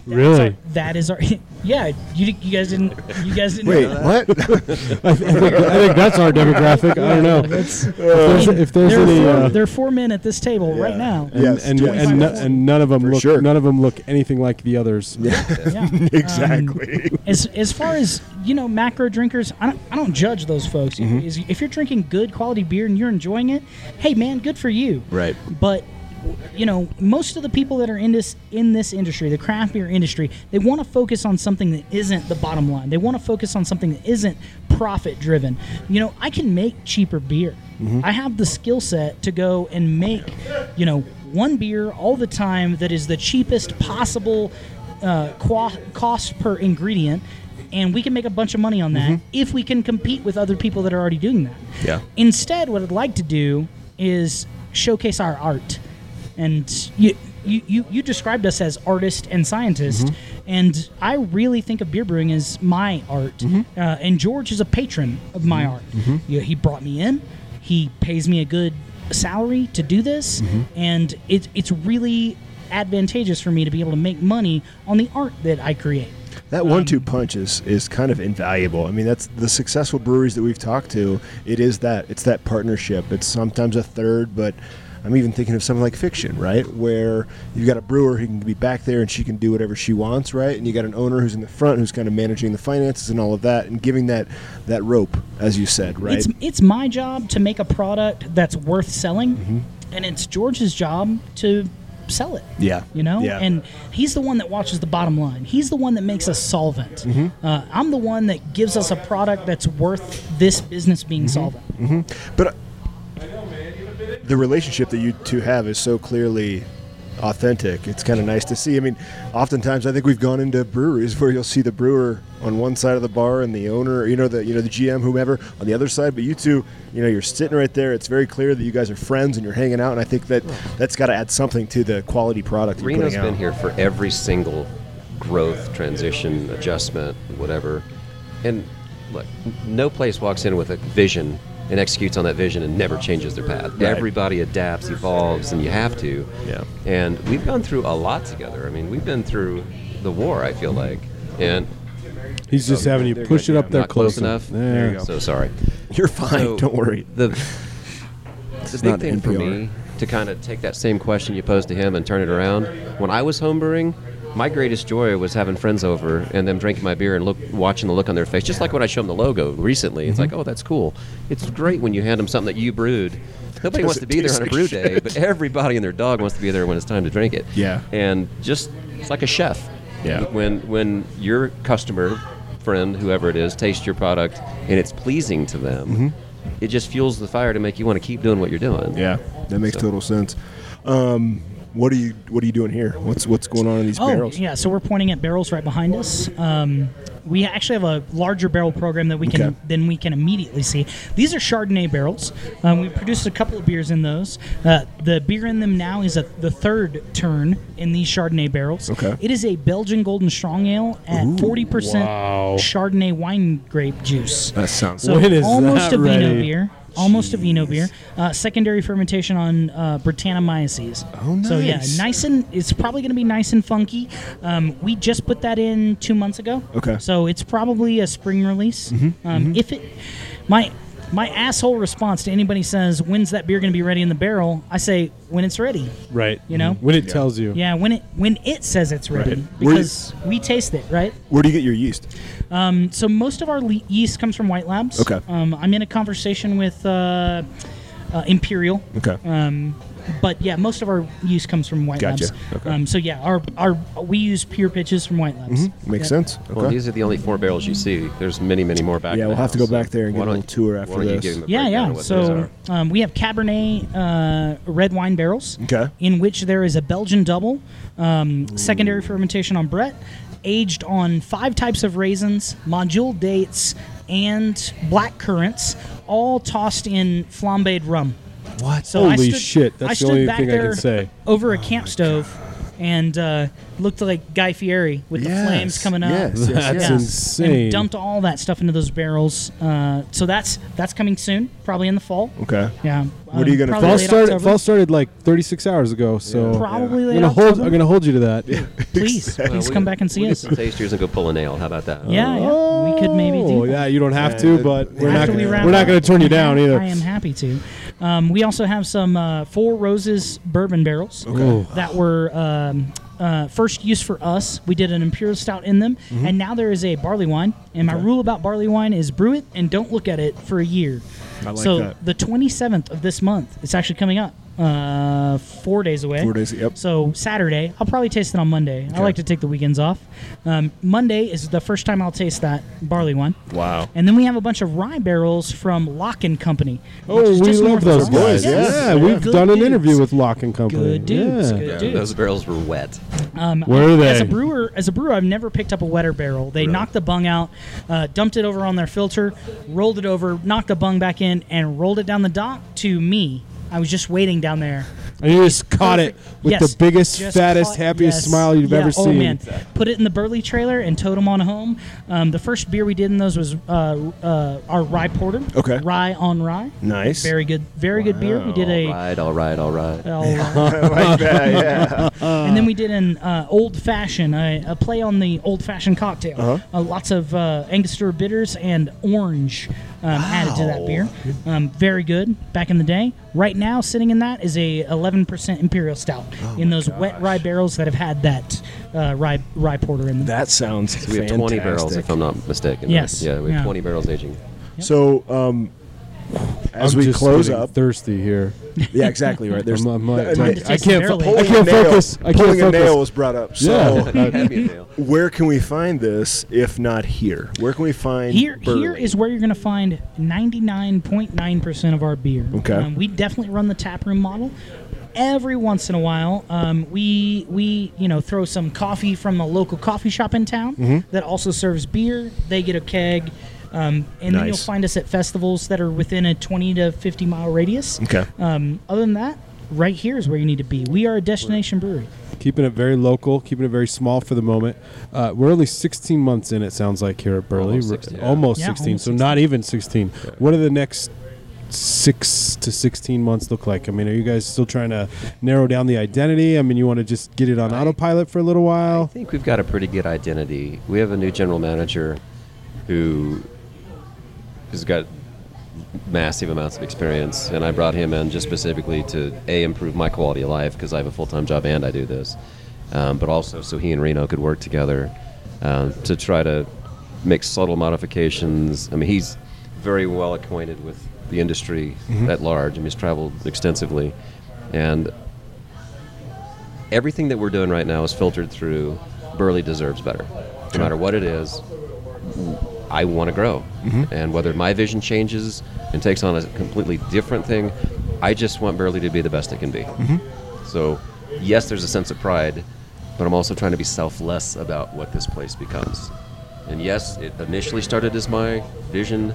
Speaker 4: Really?
Speaker 2: That is our yeah. You, you guys didn't you guys didn't
Speaker 3: Wait,
Speaker 2: know that.
Speaker 3: what?
Speaker 4: I think, I think that's our demographic. I don't know.
Speaker 2: That's-
Speaker 4: if there's, if there's
Speaker 2: there, are
Speaker 4: any,
Speaker 2: four,
Speaker 4: uh,
Speaker 2: there are four men at this table right
Speaker 3: Yeah.
Speaker 2: now.
Speaker 4: and,
Speaker 3: Yes,
Speaker 4: and,
Speaker 3: yes.
Speaker 4: and, no- and none of them look
Speaker 3: sure.
Speaker 4: none of them look anything like the others.
Speaker 2: Yeah. Um,
Speaker 3: exactly.
Speaker 2: as, as far as you know macro drinkers i don't, I don't judge those folks Is- if you're drinking good quality beer and you're enjoying it hey man good for you
Speaker 5: Right.
Speaker 2: but you know most of the people that are in this in this industry the craft beer industry they want to focus on something that isn't the bottom line they want to focus on something that isn't profit driven you know i can make cheaper beer i have the skill set to go and make you know one beer all the time that is the cheapest possible uh, qua- cost per ingredient and we can make a bunch of money on that if we can compete with other people that are already doing that
Speaker 5: Yeah.
Speaker 2: Instead, what I'd like to do is showcase our art. And you, you, you, you described us as artist and scientist, and I really think of beer brewing as my art. Uh, and George is a patron of my art. You know, he brought me in. He pays me a good salary to do this, and it, it's really advantageous for me to be able to make money on the art that I create.
Speaker 3: That one-two punch is, is kind of invaluable. I mean, that's the successful breweries that we've talked to. It is that it's that partnership. It's sometimes a third, but I'm even thinking of something like fiction, right? Where you've got a brewer who can be back there and she can do whatever she wants, right? And you got an owner who's in the front who's kind of managing the finances and all of that and giving that that rope, as you said, right?
Speaker 2: It's it's my job to make a product that's worth selling, and it's George's job to sell it.
Speaker 3: Mm-hmm. Yeah.
Speaker 2: you know,
Speaker 3: Yeah.
Speaker 2: and he's the one that watches the bottom line. He's the one that makes us solvent.
Speaker 3: Mm-hmm.
Speaker 2: Uh, I'm the one that gives us a product that's worth this business
Speaker 3: Mm-hmm.
Speaker 2: being solvent.
Speaker 3: But uh, the relationship that you two have is so clearly authentic. It's kind of nice to see. I mean, oftentimes I think we've gone into breweries where you'll see the brewer on one side of the bar and the owner, you know, the you know the GM, whomever, on the other side. But you two, you know, you're sitting right there. It's very clear that you guys are friends and you're hanging out. And I think that that's got to add something to the quality product you're
Speaker 5: Reno's
Speaker 3: putting out.
Speaker 5: been here for every single growth, transition, adjustment, whatever. And look, n- no place walks in with a vision and executes on that vision and never changes their path. Everybody adapts, evolves, and you have to.
Speaker 3: Yeah.
Speaker 5: And we've gone through a lot together. I mean, we've been through the war, I feel like. And
Speaker 4: He's just having you push it up there
Speaker 5: not close
Speaker 4: closer.
Speaker 5: enough.
Speaker 4: There you go.
Speaker 5: So sorry.
Speaker 3: You're fine.
Speaker 5: So-
Speaker 3: don't worry.
Speaker 5: The, the big
Speaker 3: not
Speaker 5: thing for
Speaker 3: NPR.
Speaker 5: me to kind of take that same question you posed to him and turn it around. When I was homebrewing, my greatest joy was having friends over and them drinking my beer and look, watching the look on their face, just like when I showed them the logo recently.
Speaker 3: Mm-hmm.
Speaker 5: It's like, oh, that's cool. It's great when you hand them something that you brewed. Nobody wants to
Speaker 3: it
Speaker 5: be there
Speaker 3: taste
Speaker 5: on a
Speaker 3: like
Speaker 5: brew
Speaker 3: shit?
Speaker 5: day, but everybody and their dog wants to be there when it's time to drink it.
Speaker 3: Yeah.
Speaker 5: and just it's like a chef.
Speaker 3: Yeah.
Speaker 5: when when your customer, friend, whoever it is, tastes your product and it's pleasing to them.
Speaker 3: Mm-hmm.
Speaker 5: It just fuels the fire to make you want to keep doing what you're doing.
Speaker 3: Yeah, that makes total sense. Um, what are you What are you doing here? What's What's going on in these
Speaker 2: Oh,
Speaker 3: barrels?
Speaker 2: yeah. So we're pointing at barrels right behind us. Um, we actually have a larger barrel program that we can
Speaker 3: Okay.
Speaker 2: then we can immediately see. These are Chardonnay barrels. Um, we produced a couple of beers in those. Uh, the beer in them now is a, the third turn in these Chardonnay barrels.
Speaker 3: Okay.
Speaker 2: It is a Belgian Golden Strong Ale at forty percent
Speaker 4: wow.
Speaker 2: Chardonnay wine grape juice.
Speaker 3: That sounds.
Speaker 2: So
Speaker 4: When is
Speaker 2: almost
Speaker 4: that
Speaker 2: a vino
Speaker 4: ready?
Speaker 2: beer. Almost a vino
Speaker 3: Jeez.
Speaker 2: beer. Uh, secondary fermentation on uh, Britannomyces.
Speaker 3: Oh,
Speaker 2: So yeah,
Speaker 3: nice.
Speaker 2: nice and it's probably going to be nice and funky. Um, we just put that in two months ago.
Speaker 3: Okay.
Speaker 2: So it's probably a spring release. Um, If it, my my asshole response to anybody says when's that beer going to be ready in the barrel, I say when it's ready.
Speaker 3: Mm-hmm.
Speaker 4: Right.
Speaker 2: You know?
Speaker 4: when it tells you.
Speaker 2: Yeah, when it when it says it's ready
Speaker 3: Right. Were you-
Speaker 2: because we taste it right.
Speaker 3: Where do you get your yeast?
Speaker 2: So most of our le- yeast comes from White Labs.
Speaker 3: Okay.
Speaker 2: Um, I'm in a conversation with uh, uh, Imperial,
Speaker 3: Okay.
Speaker 2: but yeah, most of our yeast comes from White
Speaker 3: Gotcha.
Speaker 2: Labs.
Speaker 3: Okay.
Speaker 2: Um, so yeah, our our we use pure pitches from White Labs.
Speaker 3: Mm-hmm. makes
Speaker 2: Yep.
Speaker 3: sense.
Speaker 5: Well,
Speaker 3: Okay.
Speaker 5: these are the only four barrels you see. There's many, many more back.
Speaker 3: Yeah, we'll
Speaker 5: now,
Speaker 3: have to go
Speaker 5: so
Speaker 3: back there and
Speaker 5: why
Speaker 3: get a
Speaker 5: don't-
Speaker 3: little tour after
Speaker 5: why don't you
Speaker 3: this.
Speaker 5: give them a
Speaker 2: Yeah,
Speaker 5: breakdown
Speaker 2: yeah.
Speaker 5: of what those
Speaker 2: So
Speaker 5: are?
Speaker 2: um, we have Cabernet uh, red wine barrels,
Speaker 3: Okay.
Speaker 2: in which there is a Belgian double, um, secondary fermentation on Brett, aged on five types of raisins, module dates, and black currants, all tossed in flambéed rum.
Speaker 4: What?
Speaker 2: So I
Speaker 4: Holy
Speaker 2: stood-
Speaker 4: shit! That's
Speaker 2: I
Speaker 4: the
Speaker 2: stood
Speaker 4: only
Speaker 2: back
Speaker 4: thing I
Speaker 2: there
Speaker 4: can say. Oh
Speaker 2: Over a camp stove, and uh, looked like Guy Fieri with the flames
Speaker 3: Yes,
Speaker 2: coming up.
Speaker 3: yes, yes,
Speaker 4: That's
Speaker 3: yes.
Speaker 2: Yeah.
Speaker 4: insane.
Speaker 2: And dumped all that stuff into those barrels. Uh, so that's that's coming soon, probably in the fall.
Speaker 3: Okay.
Speaker 2: Yeah. Uh,
Speaker 3: What are you gonna-
Speaker 2: probably
Speaker 4: Fall
Speaker 2: late
Speaker 4: started.
Speaker 2: October.
Speaker 4: Fall started like 36 hours ago. So
Speaker 2: Probably
Speaker 4: I'm
Speaker 2: late
Speaker 4: gonna hold.
Speaker 2: October.
Speaker 4: I'm gonna hold you to that.
Speaker 2: please,
Speaker 5: Well,
Speaker 2: please
Speaker 5: we-
Speaker 2: come back and see
Speaker 5: we get
Speaker 2: us.
Speaker 5: some tasters and go pull a nail. How about that?
Speaker 2: Yeah, yeah, we could maybe
Speaker 4: Oh
Speaker 2: do. that.
Speaker 4: yeah, you don't have to,
Speaker 3: Yeah.
Speaker 4: but we're not.
Speaker 2: After we
Speaker 4: Gonna,
Speaker 2: wrap
Speaker 4: we're not
Speaker 2: up,
Speaker 4: going to turn you down either.
Speaker 2: I am happy to. Um, we also have some uh, Four Roses bourbon barrels
Speaker 4: Oh.
Speaker 2: that were um, uh, first use for us. We did an imperial stout in them,
Speaker 4: Mm-hmm.
Speaker 2: and now there is a barley wine. And my rule about barley wine is brew it and don't look at it for a year.
Speaker 3: I like
Speaker 2: so
Speaker 3: that.
Speaker 2: the 27th of this month, it's actually coming up. Uh, four days away.
Speaker 3: Four days, yep.
Speaker 2: So Saturday, I'll probably taste it on Monday. I like to take the weekends off. Um, Monday is the first time I'll taste that barley wine.
Speaker 3: Oh, Wow.
Speaker 2: And then we have a bunch of rye barrels from Lock and Company. which
Speaker 4: Oh,
Speaker 2: is
Speaker 4: we
Speaker 2: just
Speaker 4: love
Speaker 2: north of
Speaker 4: those
Speaker 2: Charleston.
Speaker 4: guys.
Speaker 3: Yes.
Speaker 4: Yeah,
Speaker 3: Yeah.
Speaker 4: we've
Speaker 2: Good
Speaker 4: done an
Speaker 2: dudes.
Speaker 4: interview with Lock and Company.
Speaker 2: Good dudes.
Speaker 4: Yeah.
Speaker 2: Good
Speaker 5: Yeah,
Speaker 2: dudes.
Speaker 5: those barrels were wet.
Speaker 4: Were they?
Speaker 2: As a brewer, as a brewer, I've never picked up a wetter barrel. They knocked the bung out, uh, dumped it over on their filter, rolled it over, knocked the bung back in, and rolled it down the dock to me. I was just waiting down there.
Speaker 4: and you just caught it
Speaker 2: Perfect.
Speaker 4: with
Speaker 2: Yes.
Speaker 4: the biggest,
Speaker 2: Just
Speaker 4: fattest,
Speaker 2: caught-
Speaker 4: happiest
Speaker 2: yes.
Speaker 4: smile you've
Speaker 2: Yeah,
Speaker 4: ever
Speaker 2: oh
Speaker 4: seen.
Speaker 2: man. Put it in the Burley trailer and towed them on home. Um, the first beer we did in those was uh, uh, our rye porter.
Speaker 3: Okay.
Speaker 2: Rye on rye.
Speaker 3: Nice.
Speaker 2: Very good. Very good beer. We did a.
Speaker 5: All right, all right, all right.
Speaker 2: All right. and then we did an uh, old fashioned, a, a play on the old fashioned cocktail. uh lots of uh, Angostura bitters and orange um, added to that beer. Um, very good back in the day. Right now, sitting in that is a 11% imperial stout in those wet rye barrels that have had that uh, rye rye porter in them.
Speaker 3: That sounds.
Speaker 5: We have 20 barrels,
Speaker 3: fantastic.
Speaker 5: if I'm not mistaken.
Speaker 2: Yes.
Speaker 5: Yeah, we have
Speaker 2: Yeah.
Speaker 5: 20 barrels aging.
Speaker 3: So, um, as
Speaker 4: I'm
Speaker 3: we
Speaker 4: just
Speaker 3: close
Speaker 4: getting
Speaker 3: up,
Speaker 4: thirsty here.
Speaker 3: yeah, exactly right. There's
Speaker 4: I'm- I'm like-
Speaker 3: I
Speaker 2: Time
Speaker 3: mean,
Speaker 2: to
Speaker 4: I
Speaker 2: taste
Speaker 4: can't.
Speaker 2: barely.
Speaker 4: fo- I
Speaker 2: Pulling
Speaker 4: can't
Speaker 3: a nail-
Speaker 4: focus. I can't
Speaker 3: pulling a nail
Speaker 4: focus.
Speaker 3: was brought up. So,
Speaker 4: Yeah.
Speaker 3: where can we find this if not here? Where can we find
Speaker 2: Here, here
Speaker 3: Burley?
Speaker 2: is where you're going to find 99.9% of our beer.
Speaker 3: Okay.
Speaker 2: Um, we definitely run the tap room model. Every once in a while, um, we we you know throw some coffee from the local coffee shop in town
Speaker 3: Mm-hmm.
Speaker 2: that also serves beer. They get a keg, um, and then you'll
Speaker 3: Nice.
Speaker 2: find us at festivals that are within a 20 to 50 mile radius.
Speaker 3: Okay.
Speaker 2: Um, other than that, right here is where you need to be. We are a destination brewery.
Speaker 4: Keeping it very local, keeping it very small for the moment. Uh, we're only 16 months in. It sounds like here at Burley,
Speaker 5: Almost
Speaker 4: We're
Speaker 5: 16.
Speaker 4: almost
Speaker 2: Yeah,
Speaker 4: 16.
Speaker 2: almost
Speaker 4: so not even 16. What are the next six to 16 months look like? I mean, are you guys still trying to narrow down the identity? I mean, you want to just get it on autopilot for a little
Speaker 5: I
Speaker 4: while?
Speaker 5: think we've got a pretty good identity. We have a new general manager who has got massive amounts of experience, and I brought him in just specifically to a improve my quality of life because I have a full time job and I do this, um, but also so he and Reno could work together um, to try to make subtle modifications. I mean, he's very well acquainted with the industry at large. I mean, he's traveled extensively, and everything that we're doing right now is filtered through Burley deserves better. No matter what it is, I want to grow. And whether my vision changes and takes on a completely different thing, I just want Burley to be the best it can be. So, yes, there's a sense of pride, but I'm also trying to be selfless about what this place becomes. And yes, it initially started as my vision,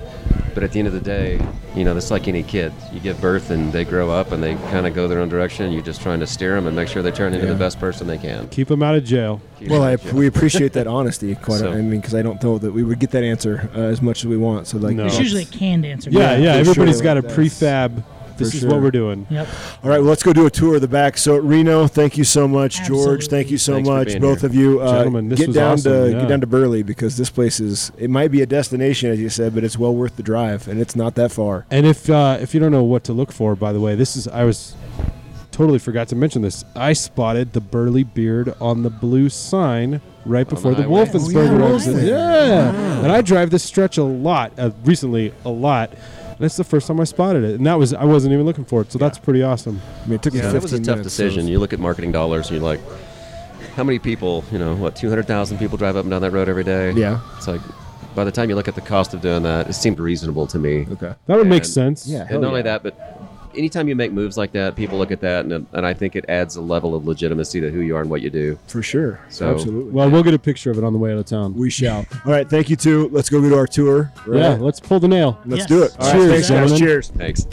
Speaker 5: but at the end of the day, you know, it's like any kid. You give birth and they grow up and they kind of go their own direction. And you're just trying to steer them and make sure they turn into
Speaker 3: Yeah.
Speaker 5: the best person they can.
Speaker 4: Keep him out of jail.
Speaker 3: Well, I, we appreciate that honesty. Quite,
Speaker 5: So-
Speaker 3: I mean, because I don't know that we would get that answer uh, as much as we want. So, like,
Speaker 4: No.
Speaker 2: It's usually a canned answer.
Speaker 4: Yeah, yeah.
Speaker 3: for
Speaker 4: Everybody's
Speaker 3: sure.
Speaker 4: got a
Speaker 3: That's-
Speaker 4: prefab. This is what
Speaker 3: sure.
Speaker 4: we're doing.
Speaker 2: Yep.
Speaker 3: All right, well, let's go do a tour of the back. So, Reno, thank you so much. George,
Speaker 2: Absolutely.
Speaker 3: thank you so
Speaker 5: Thanks for
Speaker 3: much.
Speaker 5: being
Speaker 3: Both
Speaker 5: here.
Speaker 3: of you, uh,
Speaker 4: Gentlemen, this
Speaker 3: get
Speaker 4: was
Speaker 3: down to
Speaker 4: awesome, yeah.
Speaker 3: get down to Burley because this place is. It might be a destination, as you said, but it's well worth the drive, and it's not that far.
Speaker 4: And if uh, if you don't know what to look for, by the way, this is I was totally forgot to mention this. I spotted the burly beard on the blue sign right before the,
Speaker 5: highway.
Speaker 4: Wolfensburger
Speaker 3: Oh, yeah,
Speaker 4: exit.
Speaker 3: really?
Speaker 4: Yeah, and I drive this stretch a lot uh, recently, a lot. And that's the first time I spotted it, and that was I wasn't even looking for it, so that's pretty awesome.
Speaker 3: I mean, it took me
Speaker 5: Yeah,
Speaker 3: 15
Speaker 5: that was a tough
Speaker 3: minutes,
Speaker 5: decision.
Speaker 3: so-
Speaker 5: You look at marketing dollars and you're like, how many people, you know, what, 200,000 people drive up and down that road every day?
Speaker 3: Yeah.
Speaker 5: It's like, by the time you look at the cost of doing that, it seemed reasonable to me.
Speaker 3: okay.
Speaker 4: That would make
Speaker 5: And-
Speaker 4: sense.
Speaker 3: Yeah.
Speaker 5: And not only that, but anytime you make moves like that, people look at that, and, and I think it adds a level of legitimacy to who you are and what you do.
Speaker 3: For sure.
Speaker 5: So-
Speaker 3: Absolutely.
Speaker 4: Well, we'll get a picture of it on the way out of town.
Speaker 3: we shall. All right, thank you two. Let's go do our tour. right?
Speaker 4: yeah, let's pull the nail.
Speaker 3: Let's
Speaker 2: Yes.
Speaker 3: do it. All right,
Speaker 4: Cheers,
Speaker 3: thanks, guys.
Speaker 4: gentlemen.
Speaker 3: Cheers.
Speaker 5: Thanks.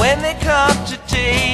Speaker 6: When they come to take